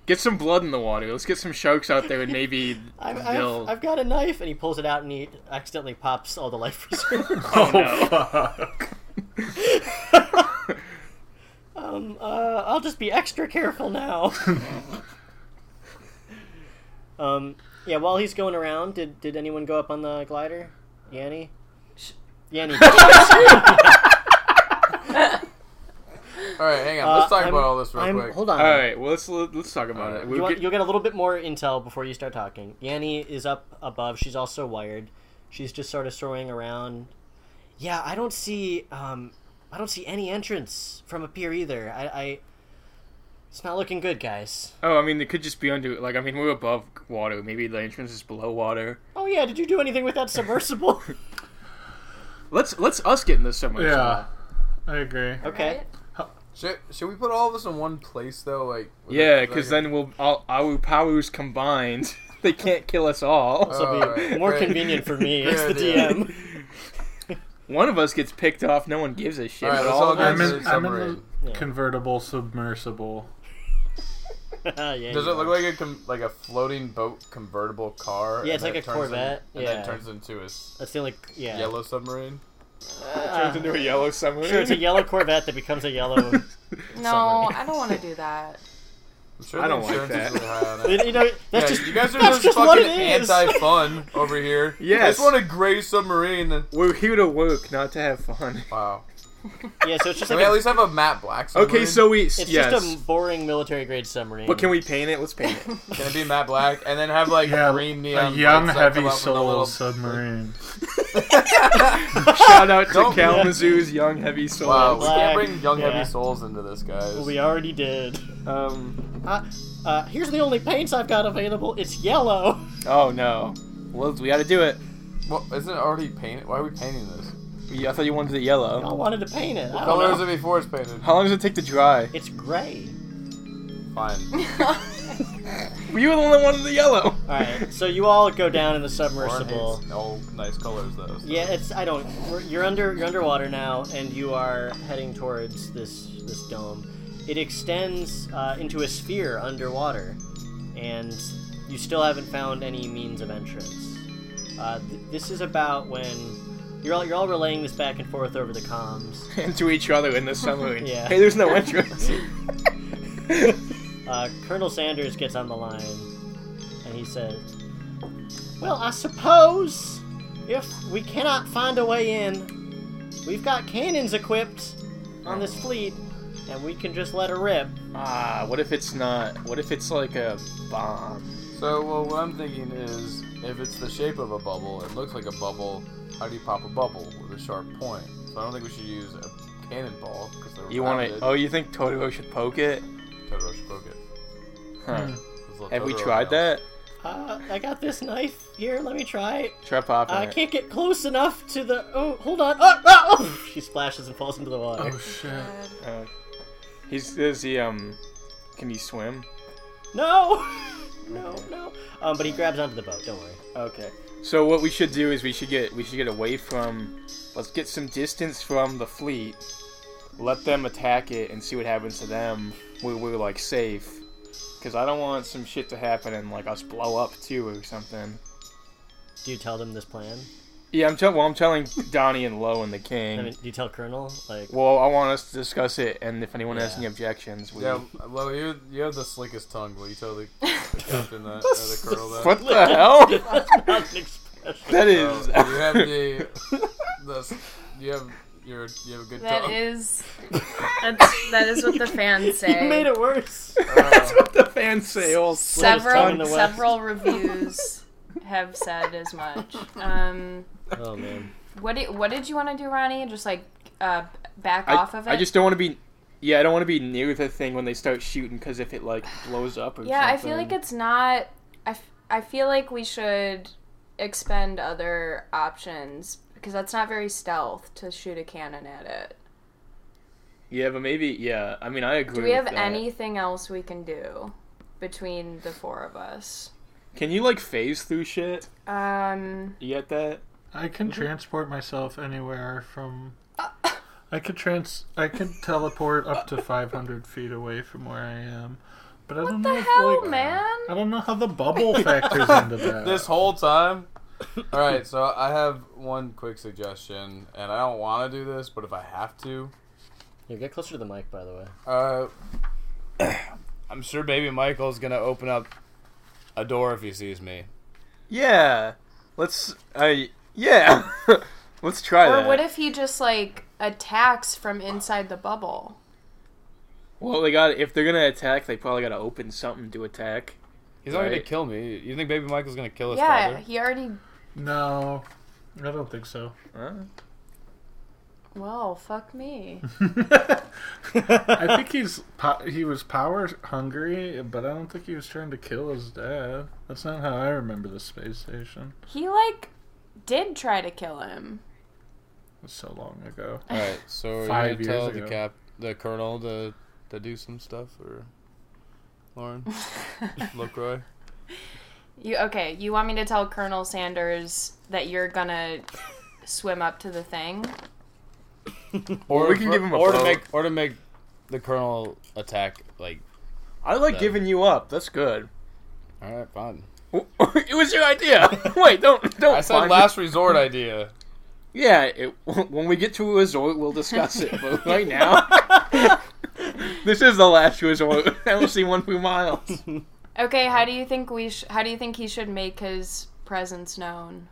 get some blood in the water. Let's get some sharks out there and maybe
[LAUGHS] I've,
they'll.
I've, I've got a knife, and he pulls it out, and he accidentally pops all the life preservers.
Oh, [LAUGHS] fuck.
um, uh, I'll just be extra careful now. um, yeah. While he's going around, did did anyone go up on the glider? Yanni.
[LAUGHS]
Yanni.
All right, hang on.
uh,
Let's talk
I'm-
about all this real
I'm-
quick.
Hold on.
All right. Well, let's let's talk about it.
Uh, You
We'll
want,
get,
you'll get a little bit more intel before you start talking. Yanni is up above. She's also wired. She's just sort of soaring around. Yeah, I don't see. Um, I don't see any entrance from up here either. I, I. It's not looking good, guys.
oh, I mean, it could just be under. Like, I mean, we're above water. Maybe the entrance is below water.
Oh yeah, did you do anything with that submersible? [LAUGHS]
Let's let's us get in this somewhere.
Yeah, I agree.
okay.
Right?
Should, should we put all of this in one place though? Like with
Yeah,
a-
because
like
then we'll all our powers combined. [LAUGHS] They can't kill us all.
This will be
Alright,
more
[LAUGHS] great.
convenient for me
Good
as the
idea.
DM.
One of us gets picked off. No one gives a shit.
All right,
but
let's
all
all
of
go
us-
I'm
That's
in,
a
I'm
submarine.
in the convertible submersible.
[LAUGHS] yeah, you
Does it look
are.
like a com- like a floating boat convertible car?
Yeah, it's
and
like
then
a
turns in-
Corvette,
and then
yeah.
turns into a s-
That's the only. Yeah. Uh,
yellow submarine.
turns into a yellow submarine.
Sure, it's a yellow Corvette that becomes a
[LAUGHS]
yellow.
No, I don't want to do that.
I'm sure
I
the
don't like
insurance is
that.
really high on it.
you know,
Yeah,
[LAUGHS] that's just.
you guys are
that's
just,
just what
fucking
it is.
anti-fun
[LAUGHS]
over here. I
Yes.
just want a gray submarine.
We're here to work, not to have fun.
Wow.
yeah, so it's just
Can
like
we
a
at least have a matte black submarine?
Okay, so we
It's
yes,
just a boring military grade submarine.
but can we paint it? Let's paint
[LAUGHS]
it.
Can it be matte black? And then have like
Yeah,
green
a
neon
young,
lights that come
heavy
up with the
soul
little-
submarine.
Shout out [LAUGHS] to
Don't-
Kalamazoo's young heavy
Wow, we
souls.
Black,
can't bring young
yeah.
heavy souls into this, guys.
We already did.
Um,
Uh, uh, here's the only paints I've got available. It's yellow. [LAUGHS]
oh no, well we got to do it.
Well, isn't it already painted? Why are we painting this?
Yeah, I thought you wanted it
I
yellow.
wanted to paint it. I
What
don't
color
know.
is it before it's painted?
How long does it take to dry?
It's gray.
[LAUGHS]
Fine.
We were the only one in the yellow. [LAUGHS]
All right. So you all go down in the
Warren
submersible.
hates all nice colors though. so-
Yeah, it's. I don't. we're- You're under. You're underwater now, and you are heading towards this this dome. It extends uh, into a sphere underwater, and you still haven't found any means of entrance. Uh, th- this is about when you're all you're all relaying this back and forth over the comms.
And to each other in the submarine.
Yeah.
Hey, there's no entrance.
Uh, Colonel Sanders gets on the line and he says, Well, I suppose if we cannot find a way in, we've got cannons equipped on this fleet and we can just let her rip.
ah, what if it's not? What if it's like a bomb?
So, well, what I'm thinking is, if it's the shape of a bubble, it looks like a bubble. How do you pop a bubble with a sharp point? So I don't think we should use a cannonball because they're
You want to?
rounded.
Oh, you think Totoro should poke it?
Totoro should poke it.
Huh.
It's a little
Have we
Totoro
tried
nail.
that?
Uh, I got this knife here, let me try it.
Try popping
I
it.
can't get close enough to the. Oh, hold on. Oh, oh, oh! [LAUGHS] She splashes and falls into the water.
Oh shit!
Uh, he's is he um? Can he swim?
No! [LAUGHS] No, no. Um, but he grabs onto the boat, don't worry.
Okay. So what we should do is we should get we should get away from. Let's get some distance from the fleet. Let them attack it and see what happens to them. We we're like safe. Cause I don't want some shit to happen and like us blow up too or something.
Do you tell them this plan?
Yeah, I'm telling. Well, I'm telling Donnie and Lowe and the King.
I mean, do you tell Colonel? Like,
well, I want us to discuss it, and if anyone has
Yeah.
any objections, we.
Yeah, well, you you have the slickest tongue. Will you
[LAUGHS]
tell the, the captain that or the colonel that?
What the
[LAUGHS]
[LAUGHS]
hell?
That's not an expression.
That
Oh,
is.
[LAUGHS]
[LAUGHS]
you have the, the s- you have your you have a good
That
tongue.
is
[LAUGHS]
that's, that is what the fans say.
You made it worse.
[LAUGHS] That's what the fans say. All
tongue in
several
the West.
several reviews have said as much. Um,
Oh man.
what did what did you want to do, Ronnie? Just like uh, back
I,
off of it.
I just don't want to be. Yeah, I don't want to be near the thing when they start shooting because if it like blows up or
yeah, I
something.
feel like it's not. I, f- I feel like we should expend other options because that's not very stealth to shoot a cannon at it.
Yeah, but maybe yeah. I mean, I agree.
Do we have
with that.
anything else we can do between the four of us?
Can you like phase through shit?
Um,
You get that?
I can
Mm-hmm.
transport myself anywhere from.
Uh.
I could trans. I can teleport up to 500 feet away from where I am, but I don't
what the
know. if,
hell,
like,
man?
I don't know how the bubble factors
[LAUGHS]
into that.
this whole time. All right, so I have one quick suggestion, and I don't want to do this, but if I have to,
Here, get closer to the mic, by the [LAUGHS] way.
uh, [CLEARS THROAT] I'm sure Baby Michael's gonna open up a door if he sees me.
Yeah. Let's. I yeah. [LAUGHS] Let's try
Or
that.
what if he just like attacks from inside the bubble?
well, they got. If they're gonna attack, they probably gotta open something to attack.
He's not gonna
Right.
kill me. You think Baby Michael's gonna kill us?
yeah,
Father?
he already.
No, I don't think so.
Huh?
Well, fuck
[LAUGHS]
me.
I think he's po- he was power hungry, but I don't think he was trying to kill his dad. That's not how I remember the space station.
he like did try to kill him.
It was so long ago.
All right,
[LAUGHS]
so are you
Five
gonna tell
years
the
ago.
cap, the colonel, to to do some stuff, or Lauren, Locroy?
You okay? You want me to tell Colonel Sanders that you're gonna swim up to the thing?
Or
we can give him a
or to
vote.
make or to make the colonel attack. Like,
I like
No.
giving you up. That's good. [LAUGHS]
all right, fine.
it was your idea.
[LAUGHS]
Wait, don't don't.
I said
find
[LAUGHS]
last resort idea.
It. Yeah, it, [LAUGHS] when we get to a resort, we'll discuss it.
[LAUGHS]
But right now, [LAUGHS] this is the last resort. [LAUGHS] I don't see one few
[LAUGHS]
miles.
Okay, how do you think we? Sh- how do you think he should make his presence known?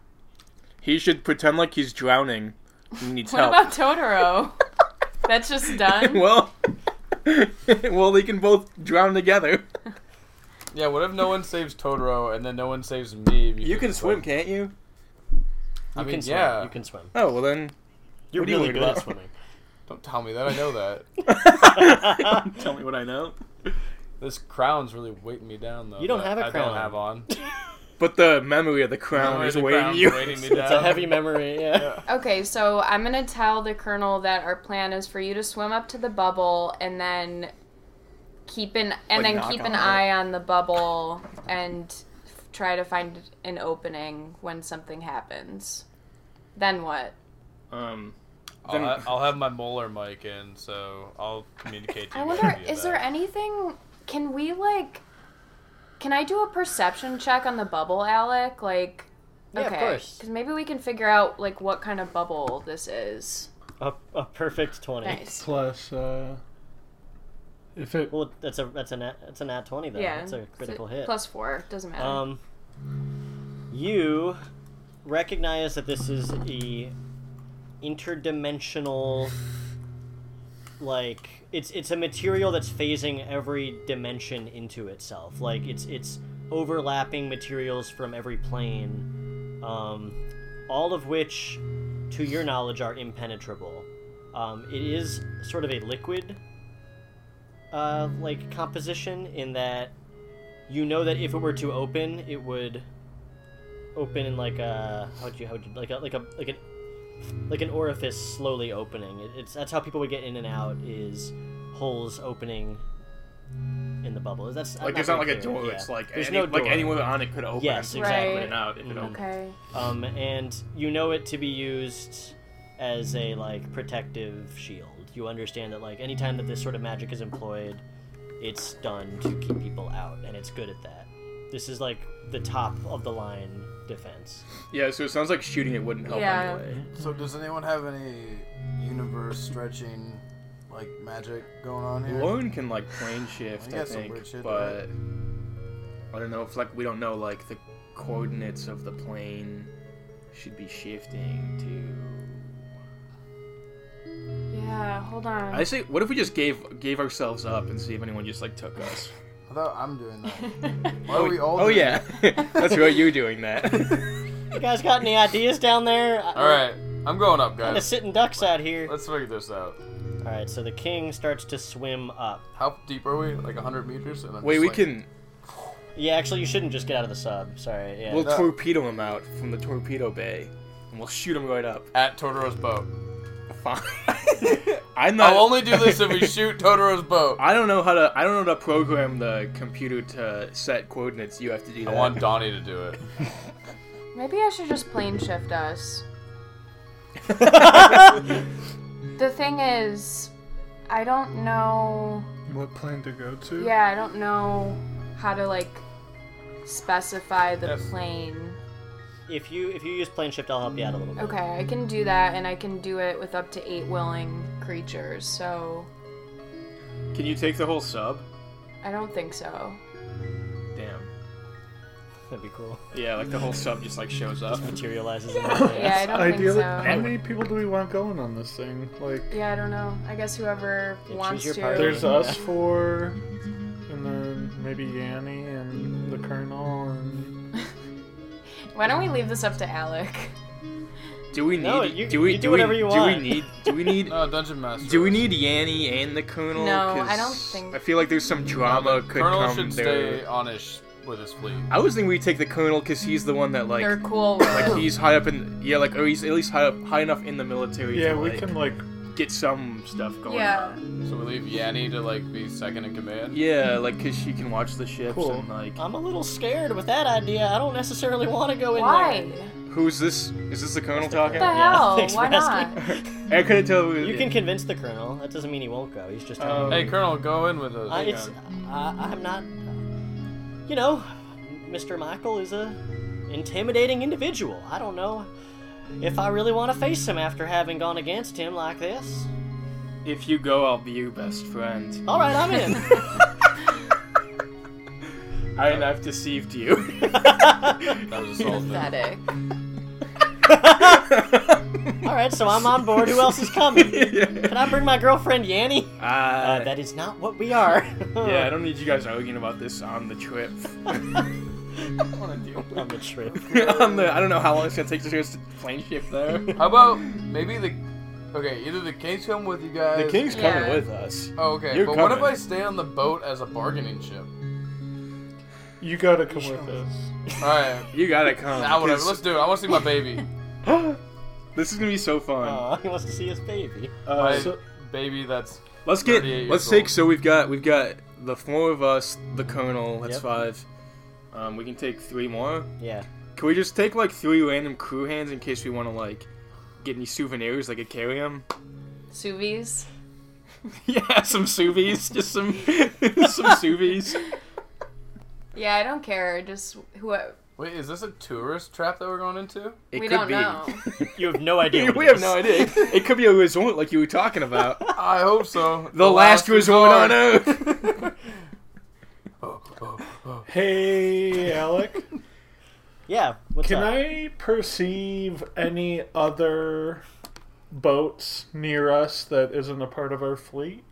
He should pretend like he's drowning. He needs
What
help.
about Totoro?
[LAUGHS]
That's just
[LAUGHS]
done.
well, [LAUGHS] well, they can both drown together.
Yeah, what if no one saves Totoro and then no one saves me? because, like,
can't you?
I mean,
can swim.
yeah.
You can swim.
Oh well, [LAUGHS] then.
You're
What are you
really
worried
good at
about?
swimming.
Don't tell me that. I know that.
Tell me what I know.
This crown's really weighting me down, though.
You don't
that
have a
I
crown.
don't have on.
But the memory of the crown
Alright,
is
the
waiting
crown's
you. [LAUGHS]
weighting
[LAUGHS]
me
It's a
down.
heavy memory. Yeah.
Okay, so I'm gonna tell the colonel that our plan is for you to swim up to the bubble and then keep an
Like,
and then
knock
keep an
on it.
eye on the bubble and f- try to find an opening when something happens. Then what?
Um,
I'll,
Then-
ha- I'll have my molar mic in, so I'll communicate. To
I
you
wonder,
via
is
that.
there anything? Can we like? Can I do a perception check on the bubble, Alec? Like,
Yeah, of course.
because maybe we can figure out like what kind of bubble this is.
A, a perfect twenty.
Nice.
Plus, uh, if it
Well, that's a that's a nat, that's a nat twenty though.
yeah,
That's a critical hit.
Plus four doesn't matter.
Um, you recognize that this is a interdimensional, like it's it's a material that's phasing every dimension into itself. Like it's it's overlapping materials from every plane, um, all of which, to your knowledge, are impenetrable. Um, it is sort of a liquid, uh, like composition in that you know that if it were to open, it would open in like a how would you how would you like a like a like an like an orifice slowly opening. It, it's that's how people would get in and out is holes opening in the bubble. That's I'm
like it's not like
very
a
clear.
door.
Yeah.
It's like
There's
any,
no
like
door.
anywhere on it could open.
Yes,
and
exactly.
open it out if it
Mhm.
opened.
okay.
Um, and you know it to be used as a like protective shield. You understand that like anytime that this sort of magic is employed, it's done to keep people out, and it's good at that. This is like the top of the line defense.
Yeah, so it sounds like shooting it wouldn't help
Yeah.
anyway.
So does anyone have any universe stretching like magic going on here?
Lauren can like plane shift,
You
I
got some
think,
weird shit,
but I don't know if like we don't know like the coordinates of the plane should be shifting
Yeah, hold on.
to. I say, what if we just gave gave ourselves up and see if anyone just like took us?
I thought I'm doing that. Why are we all?
[LAUGHS] Oh
doing
yeah, [LAUGHS] that's right. You're doing that.
You guys got any ideas down there?
All right, I'm going up,
Kind of
guys.
sitting ducks out here.
Let's figure this out.
All right, so the king starts to swim up.
How deep are we? Like 100 meters? And I'm
Wait,
just
we
like-
can.
Yeah, actually, you shouldn't just get out of the sub. Sorry. Yeah.
We'll torpedo him out from the
[LAUGHS]
torpedo bay, and we'll shoot him right up.
At Totoro's boat.
Fine. I'm not.
I'll only do this if we shoot Totoro's boat.
[LAUGHS] I don't know how to. I don't know how to program the computer to set coordinates. You have to do
I
that.
want Donnie to do
[LAUGHS]
it.
[LAUGHS] Maybe I should just plane shift us. the thing is, I don't know.
What plane to go to?
Yeah, I don't know how to like specify the
Yes.
plane.
If you if you use plane shift, I'll help you out a little bit.
Okay, I can do that, and I can do it with up to eight willing creatures. So
Can you take the whole sub?
I don't think so.
Damn.
That'd be cool.
Yeah, like the whole sub just like shows up.
Materializes.
Yeah, I don't
Ideally,
think
how many people do we want going on this thing? Like,
so. Yeah, I don't know. I guess whoever
Yeah,
wants
choose
to.
your party.
there's
Yeah.
us four, and then maybe Yanni and the Colonel, and
Why don't we leave this up to Alec?
Do we need?
No, you-
do we
you do
we,
whatever you
do
want.
we need? Do we
[LAUGHS]
need?
No, Dungeon Master.
do we need Yanni and the Colonel?
No,
'Cause
I don't think-
I feel like there's some drama could
Colonel
come
should
there.
stay on his with his fleet.
I was thinking we take the Colonel because he's the one that like
They're cool. With
like he's high up in yeah like or he's at least high up high enough in the military.
yeah,
to,
we
like,
can like
get some stuff going.
yeah.
on.
So we leave Yanni to like be second in command.
Yeah, like because she can watch the ships
Cool.
and like
I'm a little scared with that idea. I don't necessarily want to go in
Why?
there.
who's this? Is this the Colonel
What
talking?
the
Yeah, [LAUGHS]
hell?
thanks
Why
for asking.
not?
I couldn't tell.
You can convince the colonel. That doesn't mean he won't go. He's just.
Um,
Hey, Colonel, go in with us.
I,
Hang
it's,
on.
I, I'm not. You know, Mr. Michael is a intimidating individual. I don't know if I really want to face him after having gone against him like this.
If you go, I'll be your best friend.
All right, I'm [LAUGHS] in.
I and I've deceived you. [LAUGHS]
That was assault.
Pathetic.
All right, so I'm on board. Who else is [LAUGHS] coming? Can I bring my girlfriend Yanni?
Uh,
Uh, that is not what we are. [LAUGHS]
yeah, I don't need you guys arguing about this on the trip. [LAUGHS]
on the trip.
on the, I don't know how long it's gonna take to us to plane shift there.
How about maybe the? Okay, either the king's come with you guys.
The king's
Yeah.
coming with us.
Oh, okay.
You're
but what if
coming.
I stay on the boat as a bargaining chip?
you gotta come with us.
All right.
[LAUGHS] You gotta come.
Now, whatever.
'cause
Let's do it. I want to see my baby.
This is gonna be so
[LAUGHS]
fun.
Aw, Oh, he wants to see his baby.
My
Uh,
baby that's
let's get.
38 years
Let's take.
old.
So we've got we've got the four of us, the colonel. That's
Yep.
five. Um, we can take three more.
Yeah.
Can we just take like three random crew hands in case we want to like get any souvenirs that could carry them?
Sous vides?
[LAUGHS] yeah, some sous vides, just some [LAUGHS] some sous vides.
Yeah, I don't care. Just who? uh,
Wait, is this a tourist trap that we're going into?
It
We
could
don't
be.
know.
You have [LAUGHS] no idea. what
[LAUGHS] we
it
have
is.
no idea. It could be a resort like you were talking [LAUGHS] about. The,
I hope so. The,
last, resort on Earth. [LAUGHS]
Hey, Alec,
Yeah. What's
can
up?
I perceive any other boats near us that isn't a part of our fleet?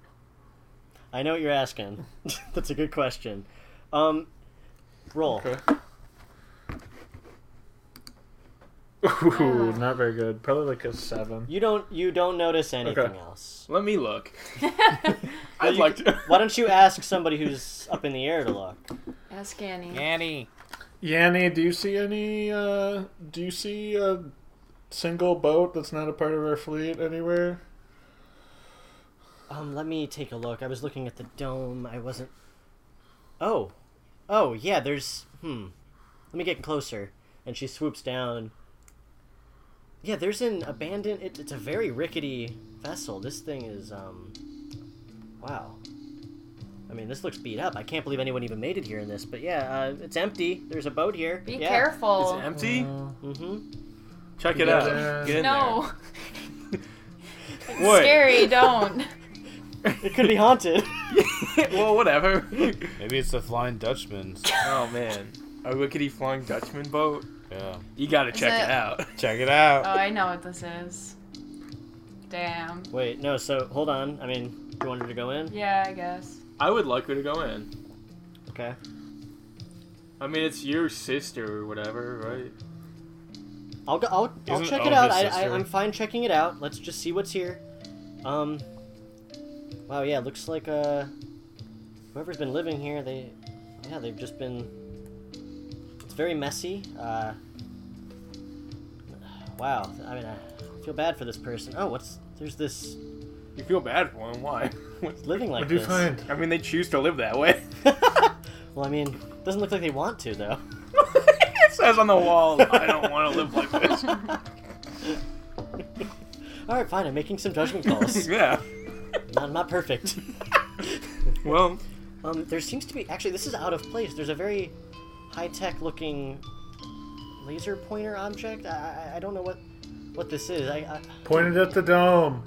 I know what you're asking. [LAUGHS] That's a good question. Um, roll.
Okay. Ooh, not very good. Probably like a seven.
You don't. You don't notice anything
Okay.
else.
Let me look. I'd like to.
Why don't you ask somebody who's up in the air to look?
Ask Annie.
Annie.
Yanni, do you see any? Uh, do you see a single boat that's not a part of our fleet anywhere?
Um, let me take a look. I was looking at the dome. I wasn't. Oh, oh yeah. There's. Hmm. Let me get closer. And she swoops down. Yeah, there's an abandoned. It, it's a very rickety vessel. This thing is. Um. Wow. I mean, this looks beat up. I can't believe anyone even made it here in this. But yeah, uh, it's empty. There's a boat here.
Be
yeah.
It's
careful.
empty. [LAUGHS]
Mm-hmm.
Check it
Yeah.
out. Get in
No. [LAUGHS]
there. What?
Scary, don't.
It could be haunted. [LAUGHS]
[LAUGHS] well, whatever.
Maybe it's the Flying
[LAUGHS]
Dutchman's.
oh man, a rickety flying Dutchman boat.
Yeah.
You gotta check
it-
it out.
Check it out.
Oh, I know what this is. Damn.
Wait, no. So hold on. I mean, you wanted to go in?
Yeah, I guess.
I would like her to go in.
Okay.
I mean, it's your sister or whatever, right?
I'll go. I'll, I'll
Isn't
check
Elvis
it out. I,
sister?
I, I'm fine checking it out. Let's just see what's here. Um. Wow. Yeah. Looks like uh, whoever's been living here, they, yeah, they've just been. It's very messy. Uh. Wow. I mean, I feel bad for this person. Oh, what's there's this
You feel bad for them. Why? What's-
Living like
What do you
this.
find?
I mean, they choose to live that way.
[LAUGHS]
[LAUGHS]
Well, I mean, doesn't look like they want to though.
it says on the wall, "I don't want to live like this."
All right, fine. I'm making some
[LAUGHS]
judgment calls.
yeah.
not, not perfect.
Well,
Um, there seems to be actually this is out of place. There's a very high-tech looking laser pointer object. I, I, I don't know what what this is. I, I
Pointed at the dome.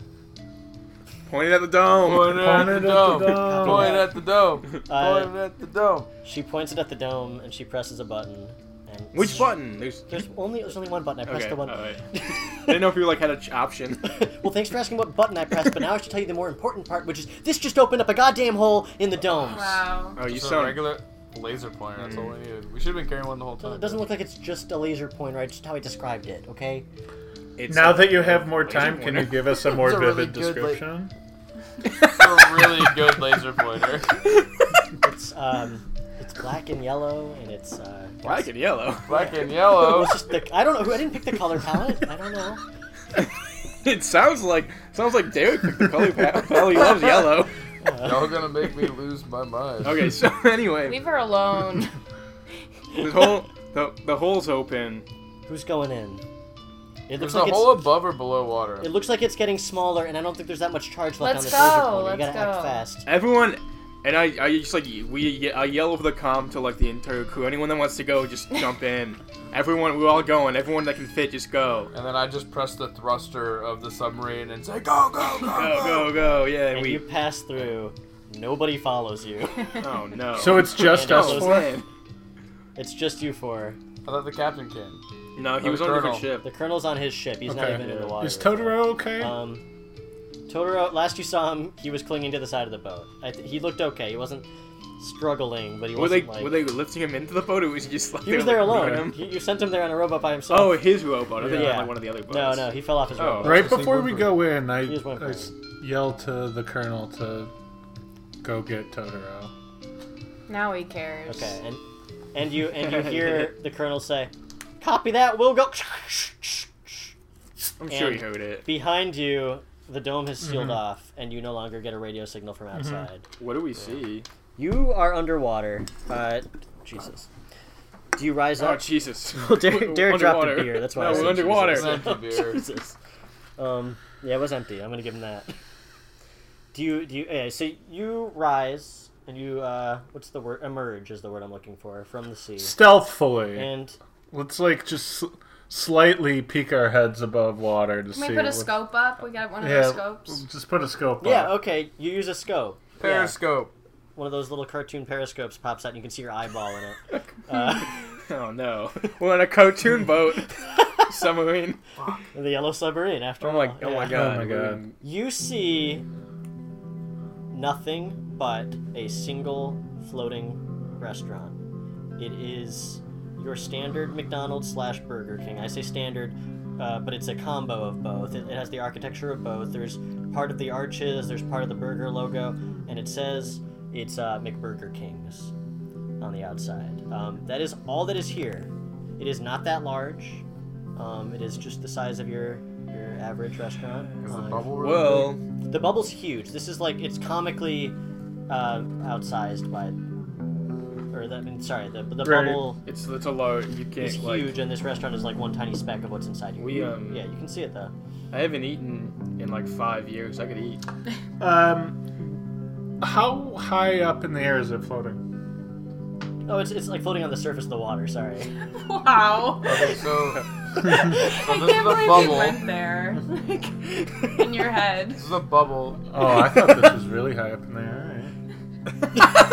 pointed at the dome.
Point it at
Point
the
it at the
dome.
dome.
Point it at the dome. Point it
Uh,
at the dome.
she points it at the dome and she presses a button. And
Which button? There's.
There's only there's only one button. I pressed
Okay.
the
All
one.
right. I didn't know if you like had an [LAUGHS] option.
[LAUGHS] well, thanks for asking what button I pressed, but now I should tell you the more important part, which is this just opened up a goddamn hole in the dome.
Wow.
Oh, you
Just a
sound.
regular laser pointer. That's all we needed. We should have been carrying one the whole
So It
time.
doesn't look like it's just a laser pointer. It's just how I described it. Okay.
It's
Now
a-
that you have more
laser
time, can
pointer.
you give us a more
It's a really
vivid
good, like-
description?
a really good laser pointer.
It's um, it's black and yellow, and it's uh.
Black and yellow.
Black and yellow.
It's just the I don't know. I didn't pick the color palette. I don't know.
[LAUGHS] It sounds like sounds like Derek picked the color [LAUGHS] palette. Oh, he loves yellow.
Y'all gonna make me lose my mind.
Okay, so [LAUGHS] anyway,
Leave her alone.
the hole the, the hole's open.
Who's going in? It looks
There's
like
a
it's,
hole above or below water.
it looks like it's getting smaller, and I don't think there's that much charge left on
Let's
this laser
go,
pointer. you
let's
gotta act
go.
fast.
Everyone, and I, I just like we, I yell over the comm to like the entire crew. Anyone that wants to go, just jump in. Everyone, we're all going. Everyone that can fit, just go.
And then I just press the thruster of the submarine and say, go, go,
Go,
go, go.
go, go! Yeah,
And
we.
you pass through. Nobody follows you. [LAUGHS]
Oh no.
So it's just
Yeah,
us
no,
Oh,
four?
man.
it's just you four.
I thought the captain came.
No, he
Oh,
was on a different
Colonel.
ship.
The colonel's on his ship. He's not
Okay.
even in the water.
Is
right now.
Totoro okay?
Um, Totoro. Last you saw him, he was clinging to the side of the boat. I th- he looked okay. He wasn't struggling, but he
Were they
wasn't like.
were they lifting him into the boat, or was he just like?
he
they
was
were,
there
like, leaving
alone.
him?
You, you sent him there on a rowboat by himself.
Oh, his rowboat. I think
Yeah.
yeah. one of the other boats.
no, no, he fell off his
Oh.
rowboat.
right
Just leave
before
one
we
for
go in, I,
Here's one
I
for
s- yell to the colonel to go get Totoro.
now he cares.
Okay, and and you and you hear the colonel say, "Copy that. We'll go." [LAUGHS]
I'm sure he
And-
heard it.
Behind you, the dome has sealed off, and you no longer get a radio signal from outside.
What do we see?
You are underwater. Uh, Jesus. Do you rise
Oh
up?
Jesus!
Well, Derek, Derek dropped a
Underwater.
beer. That's why
No,
I
we're
said
underwater.
Jesus.
Empty beer.
Jesus. Um, yeah, it was empty. I'm gonna give him that. Do you do you? Yeah, so you rise and you uh, what's the word? Emerge is the word I'm looking for from the sea.
Stealthfully.
And
Let's like just sl- slightly peek our heads above water to see.
Can we put a
what-
scope up? We got one of
Yeah,
those
[LAUGHS]
scopes.
just put a scope.
yeah,
up.
okay. You use a scope. Yeah,
Periscope.
one of those little cartoon periscopes pops out, and you can see your eyeball in it. Uh,
[LAUGHS] Oh no, we're on a [LAUGHS] cartoon boat [LAUGHS] submarine.
the yellow submarine. After
Oh my,
all.
oh
yeah.
my god.
my God.
You see nothing but a single floating restaurant. It is your standard McDonald's slash Burger King. I say standard, uh, but it's a combo of both. It, it has the architecture of both. There's part of the arches, there's part of the burger logo, and it says it's uh, McBurger King's on the outside. Um, that is all that is here. It is not that large. Um, it is just the size of your your average restaurant.
Is the
Um,
bubble really
Well,
the bubble's huge. This is like it's comically uh, outsized by, or that, I mean, sorry, the, the
Right.
bubble
it's it's a low. You
is
can't like.
huge, and this restaurant is like one tiny speck of what's inside you.
We um.
yeah, you can see it though.
I haven't eaten in like five years. I could eat.
Um, how high up in the air is it floating?
Oh, it's, it's like floating on the surface of the water.
[LAUGHS]
Sorry.
Wow.
big? So,
I
this is
can't
the
believe you
bubble.
went there. [LAUGHS] Like, in your head.
this is a bubble.
Oh, I thought this was really high up in the air.
That's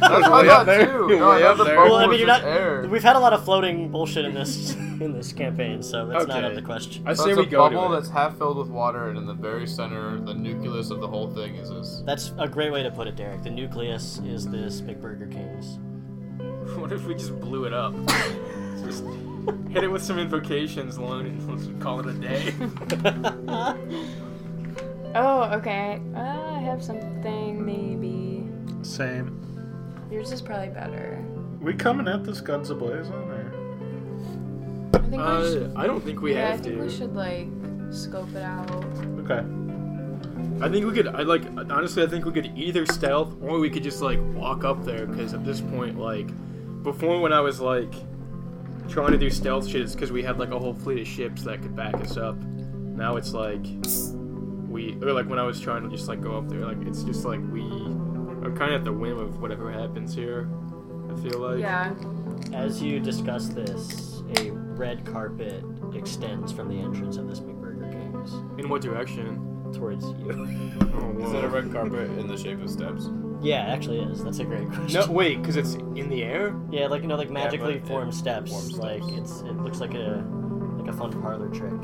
what I
way up
thought
there. [LAUGHS]
too.
Way
No, I
up
thought the
there.
[LAUGHS]
bubble
Well, I mean,
was
you're
just
not-
air.
We've had a lot of floating bullshit in this [LAUGHS] in this campaign, so that's not out
Okay.
of the question.
I
So
say
it's
we
a
go
bubble
to it.
that's half filled with water, and in the very center, the nucleus of the whole thing is this.
That's a great way to put it, Derek. The nucleus is this McBurger King's. [LAUGHS]
[LAUGHS] What if we just blew it up? just hit it with some invocations alone and let's call it a [LAUGHS] day.
Oh, okay. Uh, I have something maybe.
Right? Same.
Yours is probably better.
We coming at this guns ablaze on there.
I think we
Uh,
should.
I don't think we
yeah, I
have
think we
to.
should like scope it out.
Okay.
I think we could. I like honestly. I think we could either stealth or we could just like walk up there. Because at this point, like before, when I was like trying to do stealth shit, it's because we had like a whole fleet of ships that could back us up. Now it's like we or like when I was trying to just like go up there, like it's just like we are kind of at the whim of whatever happens here. I feel like
Yeah.
As you discuss this, a red carpet extends from the entrance of this McBurger King's
In what direction?
towards you. [LAUGHS]
Oh,
Is
whoa.
it a red carpet in the shape of steps?
Yeah, it actually is. That's a great question.
No, wait, because it's in the air.
Yeah, like you know, like magically
but it
formed steps.
forms
Like
steps.
it's it looks like a like a fun parlor trick.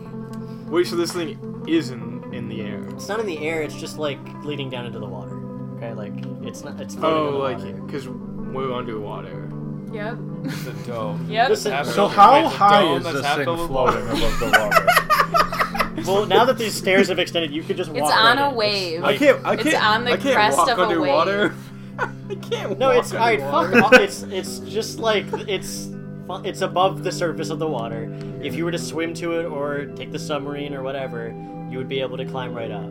Wait, so this thing is in in the air?
It's not in the air. It's just like leading down into the water. Okay, like it's not. It's floating
Oh,
in the
like
water.
because we're underwater.
Yep.
It's a dome.
Yep.
Listen,
Half
So
filled-
how
it's a
high
dome
is
that's
this
half
thing
filled with
floating
water.
above the water?
well, now that these stairs have extended, you could just walk.
It's on
right
a
in.
wave.
I can't. I
It's
can't.
on the
I can't
crest
walk
of a
underwater. [LAUGHS] I can't.
No,
walk
it's all right. Fuck
underwater.
off. It's it's just like it's fu- it's above the surface of the water. If you were to swim to it or take the submarine or whatever, you would be able to climb right up.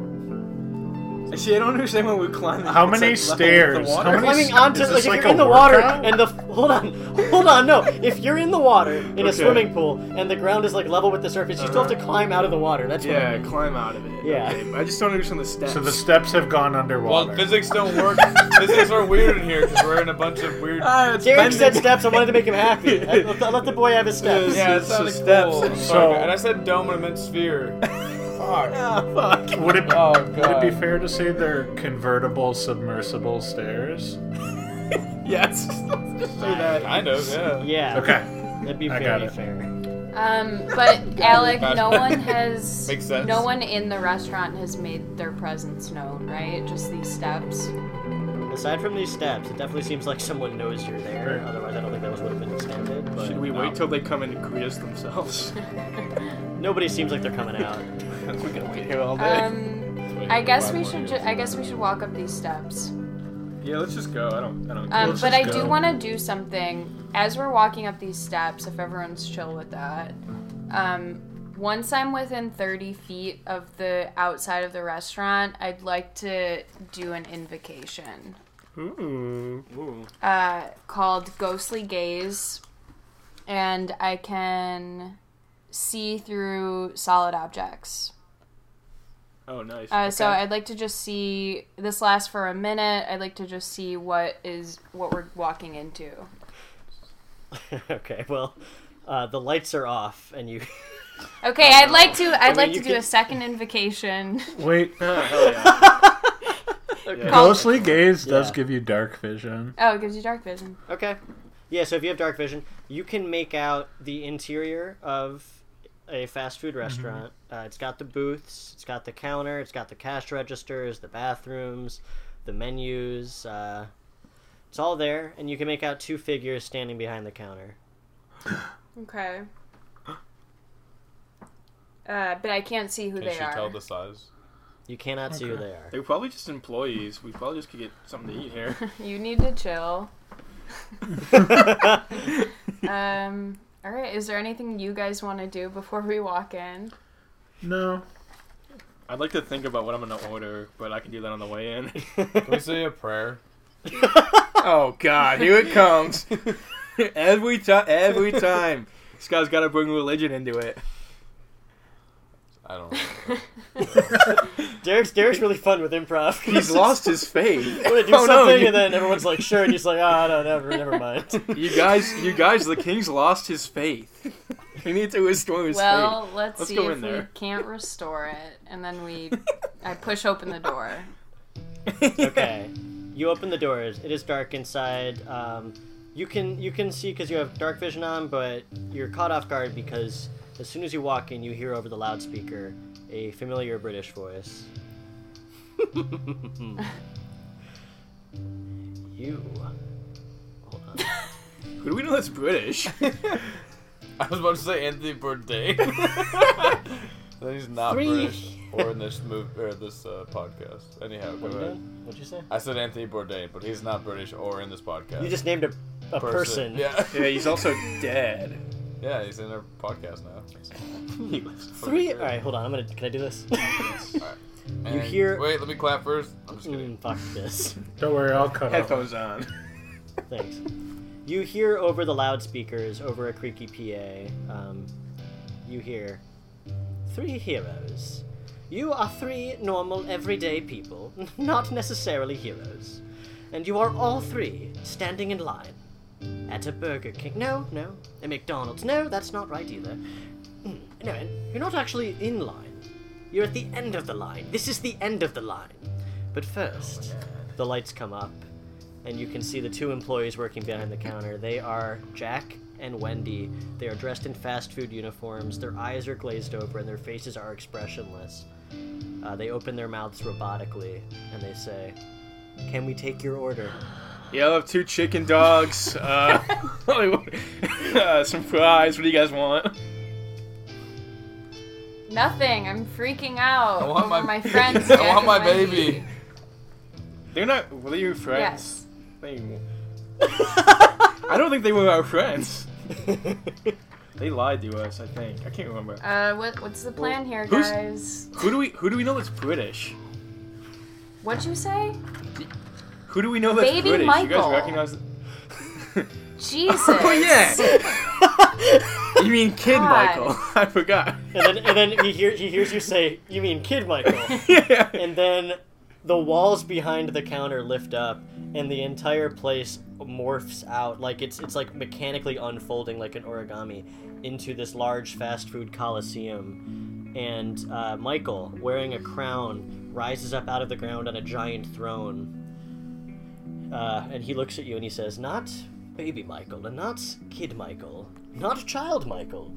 See, I don't understand why we're climbing.
How
It's,
many
like, level with the
stairs? How
water.
many
Climbing
Is
onto
this
like, if
like
you're
a
in the water
workout?
and the hold on hold on no if you're in the water in a
Okay.
swimming pool and the ground is like level with the surface you still have
Uh-huh.
to climb out of the water that's what I
Yeah,
mean.
climb out of it.
Yeah.
Okay, but I just don't understand the steps.
So the steps have gone underwater.
Well, physics don't work. physics are weird in here because we're in a bunch of weird.
[LAUGHS] Ah, it's
Derek said
bending. [LAUGHS]
steps I wanted to make him happy
[LAUGHS]
I- I let, the boy have his steps
yeah, it
it's the
sounded
steps.
cool. I'm
So-
sorry, and I said dome and I meant sphere. Fuck.
[LAUGHS] Ah, fuck.
Would it,
Oh,
would it be
God.
fair to say they're convertible submersible stairs?
Yes. [LAUGHS] Let's just say that.
Kind of, yeah.
yeah
Okay.
that'd be
I got
very
it.
fair
Um,
[LAUGHS]
but Alec,
God.
no one has
Makes sense.
no one in the restaurant has made their presence known, right? Just
[LAUGHS]
these steps.
aside from these steps it definitely seems like someone knows you're there otherwise I don't think those would have been extended but
Should we wait till they come in and greet us themselves?
nobody seems like they're
[LAUGHS]
coming out
We're gonna wait here all day.
Um, I guess we should. Ju- I guess we should walk up these steps.
yeah, let's just go. I don't. I don't. care.
Um,
Let's
but I
just
do
go.
want to do something as we're walking up these steps. If everyone's chill with that, um, once I'm within 30 feet of the outside of the restaurant, I'd like to do an invocation
Ooh. Ooh.
uh, called Ghostly Gaze, and I can see through solid objects.
Oh, nice.
Uh, So I'd like to just see this lasts for a minute. I'd like to just see what is what we're walking into.
[LAUGHS] okay well uh, the lights are off and
[LAUGHS]
you
Okay, I'd like to.
mean,
I'd like
you
to do
can-
a second invocation.
[LAUGHS]
Wait,
Ah, [LAUGHS] hell yeah.
ghostly gaze does
Yeah.
give you dark vision.
Oh, it gives you dark vision.
Okay. Yeah, so if you have dark vision, you can make out the interior of a fast food restaurant. Uh, it's got the booths, it's got the counter, it's got the cash registers, the bathrooms, the menus. Uh, it's all there, and you can make out two figures standing behind the counter.
Okay. [GASPS] Uh, but I can't see who
Can
they
she
are.
tell the size?
You cannot see who they are.
They're probably just employees. We probably just could get something to eat
[LAUGHS]
here.
You need to chill. um. [LAUGHS] All right. Is there anything you guys want to do before we walk in?
No.
I'd like to think about what I'm gonna order, but I can do that on the way in. [LAUGHS]
Can we say a prayer?
oh God, here it comes! [LAUGHS] every time, [LAUGHS] every time, this guy's got to bring religion into [LAUGHS] it.
I don't know.
Derek's Derek's really fun with improv. [LAUGHS]
He's lost his [LAUGHS] faith.
I'm gonna do
Oh, no,
something,
you-
and then everyone's like, "Sure," and he's like, "Ah, no, never, never mind."
[LAUGHS] You guys, you guys, the king's lost his faith. We need to restore his [LAUGHS]
Well, let's,
Let's
see
go
if
in
we
there.
can't restore it, and then
[LAUGHS]
we. I push open the door.
faith.
okay you open the doors it is dark inside um, you can you can see because you have dark vision on but you're caught off guard because as soon as you walk in you hear over the loudspeaker a familiar british voice [LAUGHS] you hold on
Who do we know that's British?
[LAUGHS] I was about to say Anthony [LAUGHS] Bourdain. then he's not
Three.
British or in this move or this uh, podcast. Anyhow, go
what
ahead.
would you say
I said Anthony Bourdain, but he's not British or in this podcast.
you just named a, a person,
Yeah. [LAUGHS]
yeah, he's also dead.
yeah, he's in our podcast now.
He was-
three all right hold on i'm gonna can i do this
Alright.
You
And-
hear.
Wait, let me clap first. I'm just kidding.
Mm, fuck this.
Don't worry, I'll
Oh.
cut off.
Headphones on.
Thanks. You hear over the loudspeakers, over a creaky PA, um, you hear three heroes. You are three normal, everyday people, [LAUGHS] not necessarily heroes. And you are all three standing in line at a Burger King. No, no, a McDonald's. No, that's not right either. Mm, No, and you're not actually in line. You're at the end of the line. This is the end of the line. But first, the lights come up, and you can see the two employees working behind the counter. They are Jack and Wendy. They are dressed in fast food uniforms. Their eyes are glazed over and their faces are expressionless. Uh, they open their mouths robotically and they say, "Can we take your order?" [LAUGHS]
Yeah, I'll have two chicken dogs, uh, [LAUGHS] uh, some fries. What do you guys want?
Nothing. I'm freaking out.
I want my- [LAUGHS]
over my friends.
I
Jack
want
and
my
Wendy.
baby.
They're not. Were they your friends?
Yes.
They, I don't think they were our friends. They lied to us. I think. I can't remember.
Uh, what, what's the plan here,
Who's-
guys?
Who do we? Who do we know that's British?
What'd you say?
Who do we know that's
Baby
British? You guys
Michael. [LAUGHS]
recognize?
Jesus.
[LAUGHS] Oh yeah. you mean Kid
God.
Michael? [LAUGHS] I
[LAUGHS]
forgot.
and then, and then he, hear, he hears you say, "You mean Kid Michael?"
yeah.
and then the walls behind the counter lift up and the entire place morphs out like it's it's like mechanically unfolding like an origami into this large fast food coliseum and uh, michael wearing a crown rises up out of the ground on a giant throne uh, and he looks at you and he says not baby michael and not kid michael not child michael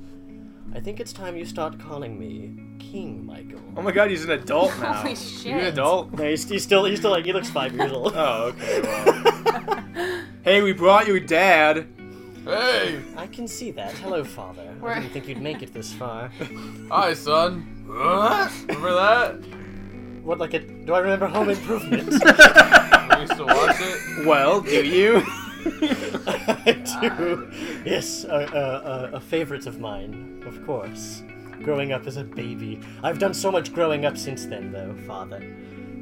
i think it's time you start calling me king michael
Oh my God, he's an adult now.
Holy
You an
shit.
adult?
no, he's, he's still he's still like he looks five years old.
Oh, okay. Well. hey, we brought your dad.
Mm.
Hey!
I can see that. Hello, father. I
We're-
didn't think you'd make it this far.
Hi, son. What? Remember that?
What like a do I remember Home Improvement?
We used to watch
[LAUGHS]
it.
Well, do you?
I do. Yes, a, a, a, a favorite of mine, of course. Growing up as a baby, I've done so much growing up since then, though, father.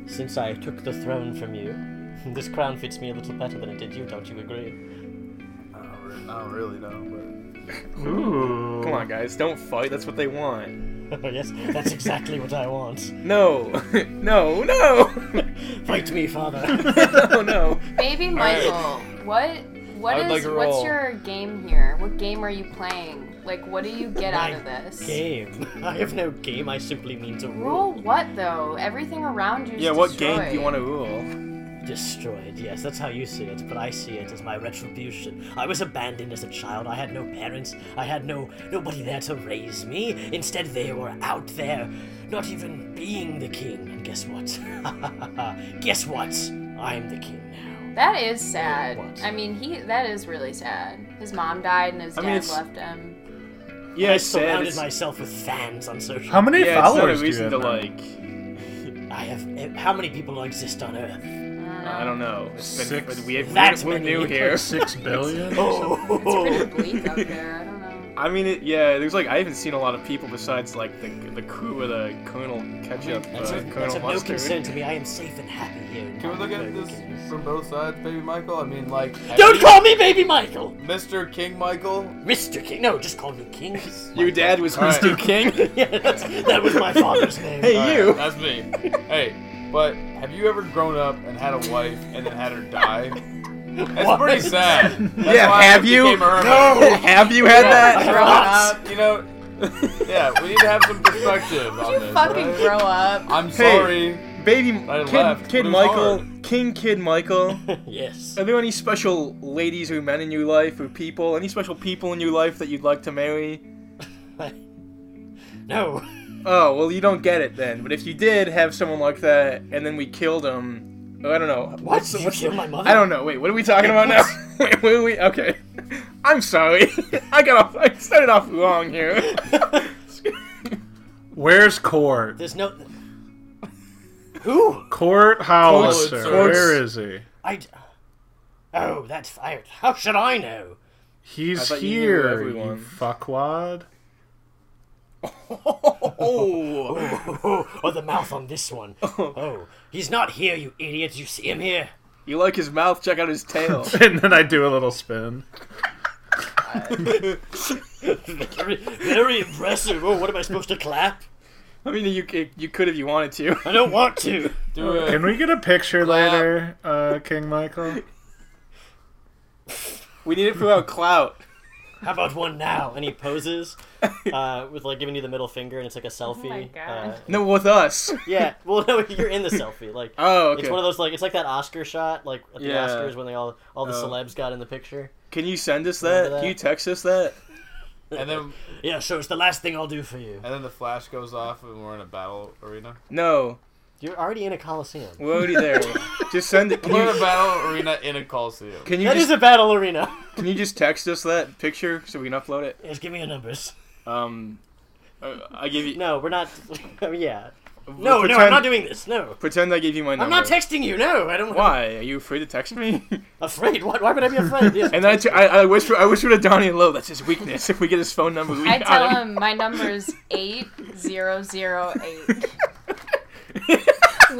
Since I took the throne from you, this crown fits me a little better than it did you. Don't you agree? [LAUGHS]
I don't, re- I don't really know,
Come on, guys, don't fight. That's what they want.
Oh yes, that's exactly what I want.
No, [LAUGHS] no, no, [LAUGHS]
Fight me, father.
no, no.
Baby
right.
Michael, what what
I
is
would like a
what's
roll.
your game here? What game are you playing? Like, what do you get out
My
of this?
game. I have no game. I simply mean to
Rule what though? Everything around you.
Yeah, what game do you want to rule?
Destroyed, yes, that's how you see it, but I see it as my retribution. I was abandoned as a child. I had no parents. I had no nobody there to raise me. Instead, they were out there, not even being the king. And guess what? [LAUGHS] guess what? I'm the king now.
That is sad.
What?
I mean, he that is really sad. His mom died and his
I
dad
mean, it's-
left him.
Yeah,
I
it's sad.
surrounded
It's,
myself with fans on social.
How many
yeah, it's not a
followers
reason
do
to
you have?
like.
I have. eh, How many people exist on Earth?
I don't know. It's been,
Six.
we, we're,
That's
we're
many.
new here. [LAUGHS]
Six billion?
It's pretty
Oh,
bleak up there. I don't know.
I mean, it, yeah. There's like I haven't seen a lot of people besides like the the crew of the Colonel Ketchup,
that's
uh,
of, that's
Colonel
of no concern
Mustard.
to me. I am safe and happy here. in
but. Can we
my
look at
Burger
this
Kings.
from both sides, baby Michael? I mean, like.
Don't call me Baby Michael,
Mr. King Michael?
Mister King. No, just call me King.
Your dad was
All right.
Mr. King.
yeah, that's, that was my father's name.
hey,
All right,
you.
that's me. Hey, but have you ever grown up and had a wife and then had her die? That's
What?
[LAUGHS]
pretty sad. That's
yeah,
why I
have you?
became a hermit.
have you had
Grown
that?
up, you know. Yeah, we need to have some perspective on
You
this.
fucking
right?
grow up.
I'm sorry.
[LAUGHS] Baby,
I
kid, kid
left, but it was
Michael,
hard.
King Kid Michael.
Yes.
Are there any special ladies or men in your life or people? Any special people in your life that you'd like to marry?
No.
Oh, well, you don't get it then. But if you did have someone like that, and then we killed him, oh, I don't know.
What?
What's,
Did you
what's
kill my mother?
I don't know. Wait, what are we talking about now? [LAUGHS] Wait, what are we? Okay. I'm sorry. [LAUGHS] I got off. I started off wrong here.
Where's Court?
There's no. Who?
Court Hollister.
Court's-
Where is he?
I. Oh, that's fired. How should I know?
He's
thought you knew
here, you,
everyone.
fuckwad.
Oh,
[LAUGHS] Oh, oh, the mouth on this one. Oh, he's not here, you idiots. You see him here?
[LAUGHS] you like his mouth? Check out
[LAUGHS]
his tail.
[LAUGHS] and then I do a little spin.
Very, very impressive. Oh, what am I supposed to clap?
I mean, you you could if you wanted to.
I don't want to.
Do it.
Can we get a picture
Clap.
later, uh, King Michael?
We need it for our clout.
How about one now? And he
[LAUGHS]
poses uh, with like giving you the middle finger, and it's like a selfie.
my God.
Uh,
No, with us.
[LAUGHS] yeah. Well, no, you're in the selfie. Like
Oh, okay.
it's one of those like it's like that Oscar shot, like at the
Yeah.
Oscars when they all all the
Oh.
celebs got in the picture.
Can you send us
Remember
that? Can
that?
you text us that?
And then
Yeah, so it's the last thing I'll do for you.
and then the flash goes off and we're in a battle arena.
No,
You're already in a coliseum.
we're already
[LAUGHS]
there. just send it. Can
We're in a
you,
battle arena in a coliseum.
can you
That is
just
a battle arena.
can you just text us that picture so we can upload it?
[LAUGHS] Yes, give me your numbers.
Um, uh, I give you.
No, we're not. [LAUGHS] I mean, yeah.
we'll
No, no, I'm
pretend-
not doing this. No,
Pretend I gave you my number.
I'm not texting you. No, I don't.
Why? Are you afraid to text me? [LAUGHS]
Afraid? Why, why would I be [LAUGHS] afraid? Yes,
and then I, t- I, I whisper, I whisper to Donnie and Lowe, that's his weakness. If we get his phone number, we
I
got
tell him my number is
[LAUGHS]
8008.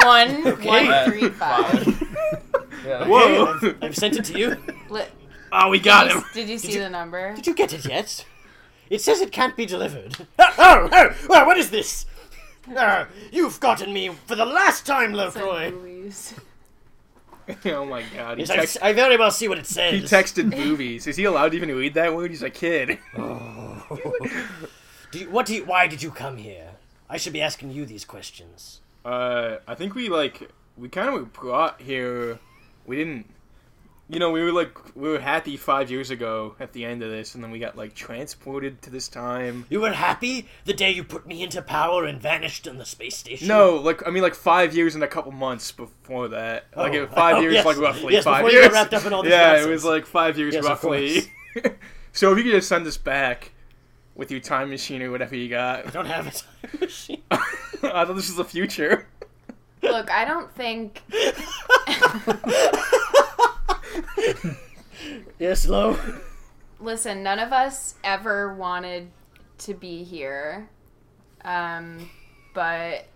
One, one, three, five.
Yeah.
Whoa! [LAUGHS]
I've sent it to you.
Li-
oh, we got
did,
him.
you, did you see the number?
[LAUGHS] Did you get it yet? It says it can't be delivered. Oh, [LAUGHS] oh, oh, oh, what is this? Oh, you've gotten me for the last time, Lofroy.
Louise. [LAUGHS]
oh my god. He,
Yes, I-
text-
I, very well see what it
he
says. [LAUGHS]
texted movies. Is he allowed to even read that word? He's a kid.
Do you, what do you, why did you come here? I should be asking you these questions.
Uh, I think we like we kind of were brought here. We didn't, you know, we were like we were happy five years ago at the end of this, and then we got like transported to this time.
You were happy the day you put me into power and vanished on the space station.
No, like I mean, like five years and a couple months before that. Like
Oh.
it-
[LAUGHS]
five
Oh,
years,
yes.
like roughly
Yes,
five
before you got
years.
wrapped up in
[LAUGHS]
all this
yeah, it
nonsense.
was like five years
Yes, of
roughly. [LAUGHS]
[LAUGHS]
so if you could just send us back with your time machine or whatever you got,
I don't have a time machine. [LAUGHS]
[LAUGHS] I thought this was the future.
Look, I don't think
Yes, Lo.
listen, none of us ever wanted to be here. Um, but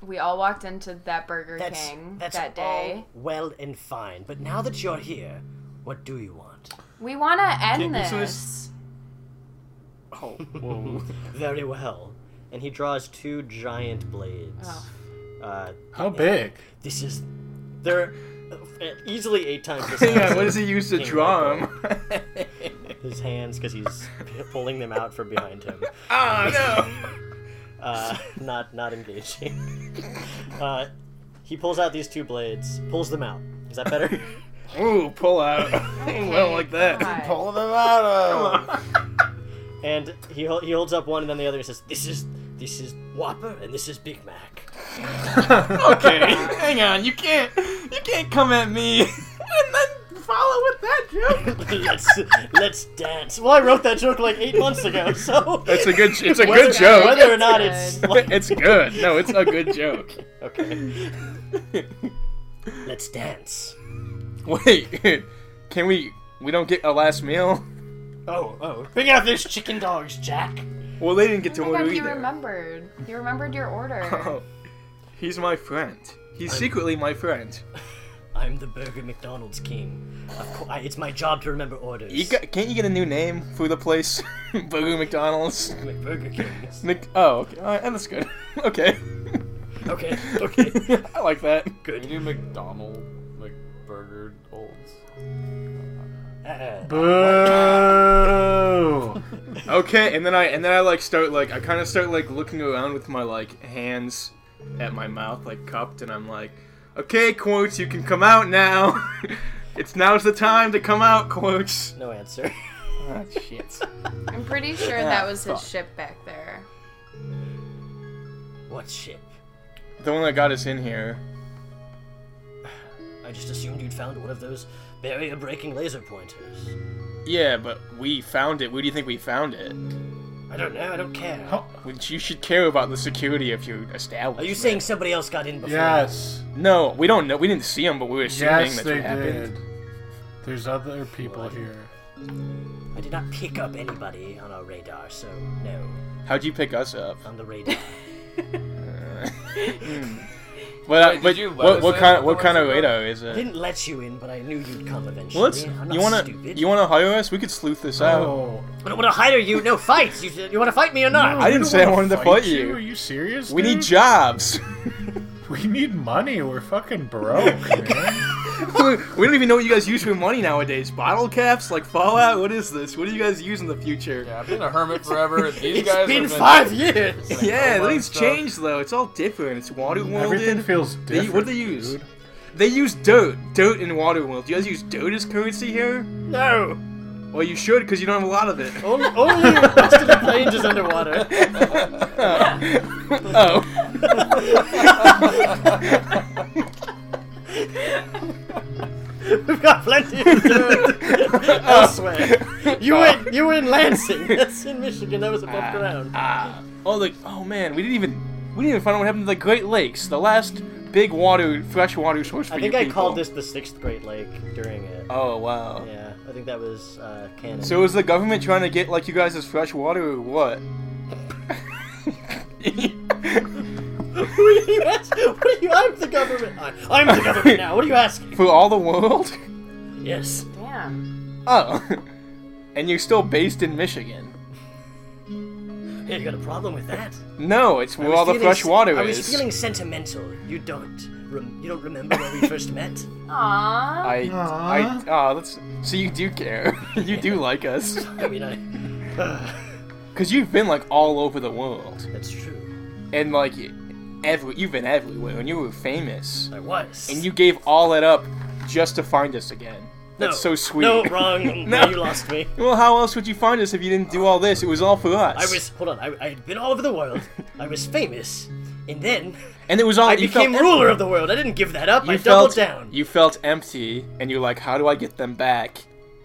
we all walked into that Burger
That's,
King
that's
that day.
all well and fine. But now that you're here, what do you want?
We want to end
Yeah,
this.
so it's- Oh, whoa.
Very well. And he draws two giant blades.
Oh.
Uh,
How big?
this is. They're uh, easily eight times the size.
yeah, what
of
does he use to
King
draw
Michael.
him?
[LAUGHS]
[LAUGHS]
His hands, because he's [LAUGHS] pulling them out from behind him.
oh no.
uh, not not engaging. [LAUGHS] Uh, he pulls out these two blades, pulls them out. Is that better?
Ooh, pull out. [LAUGHS] well, like that. [LAUGHS]
God.
Pull them out of.
and he hol- he holds up one and then the other and says, "This is this is Whopper and this is Big Mac." [LAUGHS]
Okay, hang on. You can't. You can't come at me [LAUGHS] and then follow with that joke.
let's let's dance. Well, I wrote that joke like eight months ago, [LAUGHS] so
It's a good. It's [LAUGHS] a
whether,
good joke.
Whether or not it's like,
[LAUGHS] It's good. No, it's a good [LAUGHS] joke.
okay, [LAUGHS] let's dance.
Wait, [LAUGHS] can we? We don't get a last meal.
Oh oh, bring out those chicken dogs, Jack.
Well, they didn't get to
Oh my
order
God, he
either.
remembered. He remembered your order.
[LAUGHS] Oh, he's my friend. He's secretly my friend.
I'm the Burger McDonald's king. Of course, I, it's my job to remember orders.
You got, can't you get a new name for the place? [LAUGHS] Burger McDonald's.
Burger [LAUGHS] King.
Mc, oh, okay. All right, that's good. [LAUGHS] Okay,
Okay, okay.
[LAUGHS] I like that.
Can you do McDonald McBurger olds?
Uh,
Boo!
Okay, and then I and then I like start like I kind of start like looking around with my like hands at my mouth like cupped, and I'm like, okay, quotes, you can come out now. [LAUGHS] it's now's the time to come out,
[LAUGHS]
quotes.
no answer. [LAUGHS]
Ah, shit.
I'm pretty sure
Ah,
that was his ship back there.
What ship?
The one that got us in here.
I just assumed you'd found one of those barrier-breaking laser pointers.
Yeah, but we found it. Where do you think we found it?
I don't know. I don't care.
Which you should care about the security of your
Are
establishment.
you saying somebody else got in before?
Yes.
No, we don't know. We didn't see him, but we were assuming
Yes,
that's
they
what happened.
did. There's other people here.
I did not pick up anybody on our radar, so no,
How'd you pick us up?
Um,
on the radar.
Well,
Wait, did
but
you let
what,
us
what
in
kind
with
what
the
kind of
Western
radar is
I
it?
didn't let you in, but I knew you'd come eventually.
Well, let's,
I'm not
you wanna
stupid.
you wanna hire us? We could sleuth this out.
Oh,
I don't want to hire you. No fights. You you want to fight me or not?
I didn't
don't
say I
wanna
wanted to fight you.
Are you serious?
We
dude?
need jobs. [LAUGHS]
We need money. We're fucking broke, man.
we don't even know what you guys use for money nowadays. Bottle caps, like Fallout. What is this? What do you guys use in the future?
Yeah, I've been a hermit forever. These
It's
guys
been
have been
five years.
Like,
Yeah,
Walmart
things
stuff.
changed though. It's all different. It's water
Everything
welded.
feels
They,
different.
what do they use?
dude.
They use dirt, dirt and water world. Do you guys use dirt as currency here?
No,
Well, you should because you don't have a lot of it.
only, only most of the range is underwater.
Oh,
[LAUGHS] We've got plenty of dirt [LAUGHS] elsewhere. You were you were in [LAUGHS] Lansing. That's in Michigan. That was above ground.
oh, the oh man, we didn't even we didn't even find out what happened to the Great Lakes, the last big water, fresh water source for
I think
you
I
people.
called this the sixth Great Lake during it.
Oh wow.
Yeah, I think that was uh, canon. [LAUGHS]
So was the government trying to get like you guys as fresh water or what? [LAUGHS]
Who are you asking? What are you? I'm the government. I, I'm the government now. What are you asking?
for all the world? [LAUGHS]
Yes.
Damn.
Oh, and you're still based in Michigan.
Hey, you got a problem with that?
No, it's
I
where
was
all the
feeling
fresh
sen-
water
I
is.
was feeling sentimental. You don't. Rem- you don't remember when we
[LAUGHS]
first met?
Aww.
I, I, ah, that's so you do care. [LAUGHS] you do like us, [LAUGHS]
I mean, I. [SIGHS] uh,
cause you've been like all over the world,
That's true.
and like every, you've been everywhere, and you were famous,
I was.
and you gave all that up just to find us again.
No.
That's so sweet.
No,
[LAUGHS]
wrong.
No.
no, you lost me.
Well, how else would you find us if you didn't do all this? It was all for us.
I was. Hold on. I, I had been all over the world. I was famous, and then
and it was all
I
Oh, you
became
felt
ruler of the world. I didn't give that up. I
you
doubled
felt
down.
you felt empty and you're like how do i get them back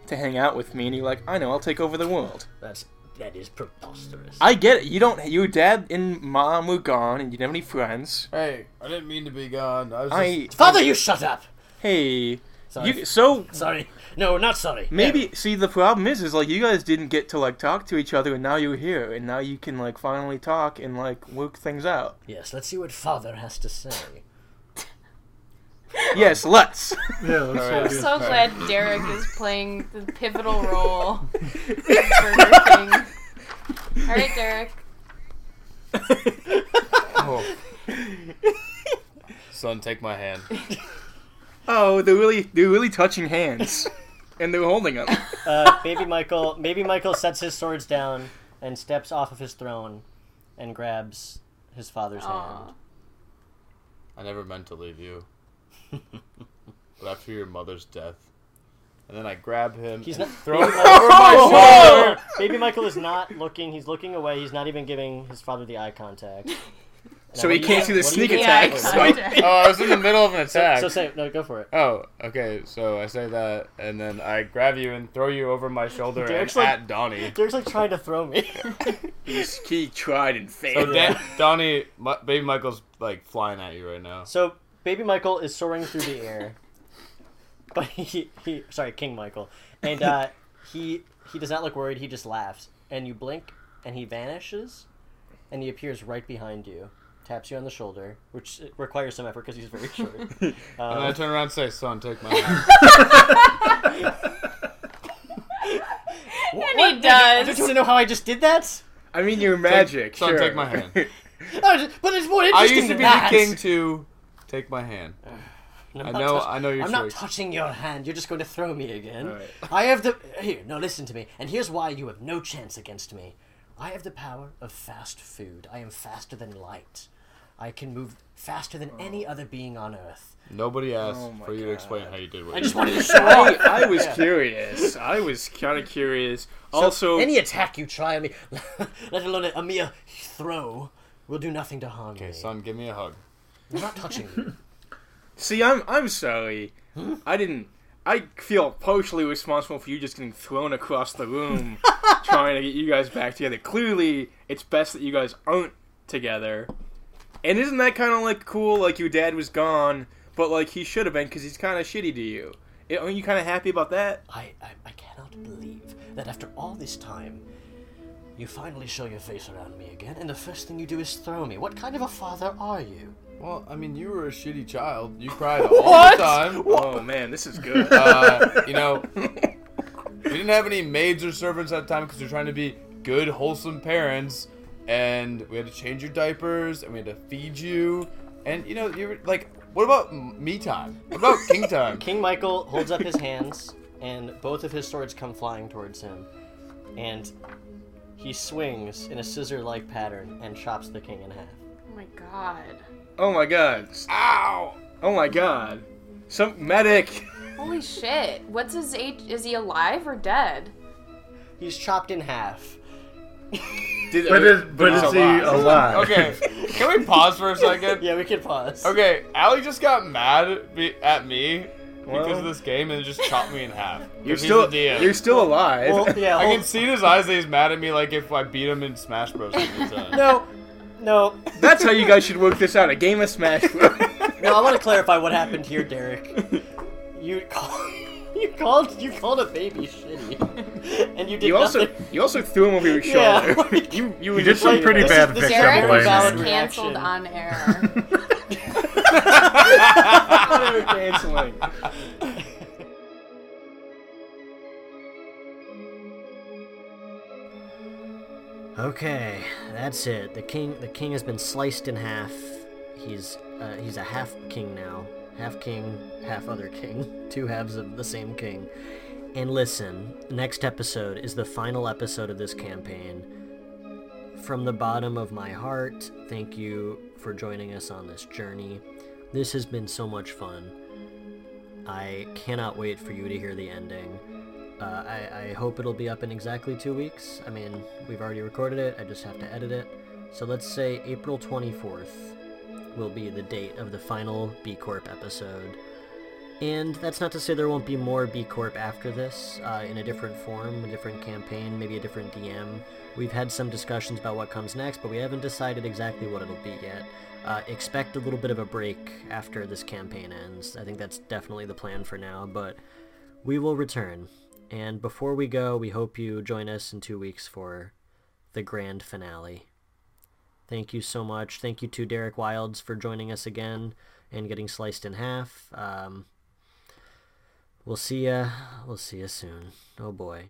to hang out with me and you're like i know i'll take over the world
That's that is preposterous.
i get it you don't your dad and mom were gone and you didn't have any friends
Hey, I didn't mean to be gone. I was just
i
Father, you shut up.
hey
Sorry.
you, so
Sorry. No, not sorry.
maybe see the problem is is like you guys didn't get to like talk to each other and now you're here and now you can like finally talk and like work things out
Yes, let's see what father has to say.
[LAUGHS] yes let's
Yeah, let's all
I'm
do-
so glad Derek is playing the pivotal
[LAUGHS]
role. in Burger King. All right, Derek.
Oh,
Son, take my hand.
oh they're really they're really touching
[LAUGHS]
hands and they're holding them
Uh, baby Michael, baby Michael sets his swords down and steps off of his throne and grabs his father's
Aw.
hand.
I never meant to
[LAUGHS]
leave you. but after your mother's death,
And then I grab him.
He's
and
not-
throw him over my
Whoa! Baby Michael is not looking. He's looking away. He's not even giving his father the eye [LAUGHS] contact.
so he can't see the sneak
Yeah,
attack
I-
so he-
Oh, I was in the middle of an attack.
So say no. Go for it.
oh, okay. So I say that, and then I grab you and throw you over my shoulder and
Derek's like-
at Donnie.
Derek's like trying to throw [LAUGHS] me.
He's- he tried and failed.
So Dan- Donnie, my, baby Michael's like flying at you right now.
so baby Michael is soaring through the air, [LAUGHS] but he, he sorry King Michael, and
[LAUGHS]
uh, he he does not look worried. He just laughs, and you blink, and he vanishes, and he appears right behind you. Taps you on the shoulder, which requires some effort because he's very
[LAUGHS]
short. Uh,
And I turn around and say, "Son, take my hand."
[LAUGHS]
And he
Don't
does.
you want to know how I just did that?
I mean, you're magic.
Son,
sure.
take my hand.
I was just- but it's more
I
interesting
used to
than
be the
that.
king too. Take my hand.
And
I
I'm not
know.
touch-
I know your
I'm not
choice.
touching your hand. You're just going to throw me again. I have the here. No, listen to me. And here's why you have no chance against me. I have the power of fast food. I am faster than light. I can move faster than any other being on earth.
Nobody asked for you to explain how you did what
I
you
just
did.
[LAUGHS] wanted to show off.
I, [LAUGHS] I was curious. I was kind of curious. also,
any attack you try on me, [LAUGHS] let alone a, a mere throw, will do nothing to harm me.
Okay, son, give me a hug.
I'm not touching you.
see, I'm I'm sorry.
Hmm?
I didn't. I feel partially responsible for you just getting thrown across the room,
[LAUGHS]
trying to get you guys back together. Clearly, it's best that you guys aren't together. And isn't that kind of like cool? Like your dad was gone, Eh, but like he should have been because he's kind of shitty to you. Aren't you kind of happy about that?
I, I I cannot
cannot believe that after all this time, you finally show your face around me again, and the first thing you do is throw me. What kind of a father are you?
Well, I mean, you were a shitty child. You [LAUGHS] cried all the time. [LAUGHS]
Oh man, this is good.
[LAUGHS]
Uh, you [LAUGHS] know, we didn't have any maids or servants at the time because we were trying to be good, wholesome parents, and we had to change your diapers and we had to feed you, and you know, you were like, what about m- me time? What about [LAUGHS] king time?
King Michael holds up his hands, and both of his swords come flying towards him. And he swings in a scissor like pattern and chops the king in half.
Oh my god.
Oh my god. Ow! Oh my god. Some medic.
Holy shit. What's his age? Is he alive or dead?
He's chopped in half.
Did,
But, is, but
it's
is he
alive.
alive?
Okay, can we pause for a [LAUGHS] second?
Yeah, we can pause.
Okay, Allie just got mad at me, at me because
Well.
of this game and just chopped me in half. 'Cause
You're
he's
still
the DM.
you're still alive. [LAUGHS]
Well, yeah,
I can
hold,
see in his eyes that he's mad at me, like if I beat him in Smash Bros. every time.
no, no,
That's how you guys should work this out. A game of Smash.
[LAUGHS]
no. I want to clarify what happened here, Derek. You called, [LAUGHS] you called, you called a baby shitty, [LAUGHS] and you did
you also
nothing.
you also threw him over your
Yeah,
shoulder. [LAUGHS]
like-
you you
You did some
Like,
pretty
this
bad
is- this
victim
is a
Derek
very
[LAUGHS]
was
valid
blaming.
canceled
reaction.
on air.
Auto canceling.
Okay, that's it. The king the king has been sliced in half. He's uh, he's a half king now. Half king, half other king. [LAUGHS] Two halves of the same king. And listen, next episode is the final episode of this campaign. From the bottom of my heart, thank you for joining us on this journey. This has been so much fun. I cannot wait for you to hear the ending. Uh, I, I hope it'll be up in exactly two weeks. I mean, we've already recorded it, I just have to edit it. So let's say April 24th will be the date of the final B Corp episode. And that's not to say there won't be more B Corp after this, uh, in a different form, a different campaign, maybe a different DM. We've had some discussions about what comes next, but we haven't decided exactly what it'll be yet. Uh, expect a little bit of a break after this campaign ends. I think that's definitely the plan for now, but we will return. And before we go, we hope you join us in two weeks for the grand finale. Thank you so much. Thank you to Derek Wilds for joining us again and getting sliced in half. Um, we'll see ya. We'll see ya soon. Oh boy.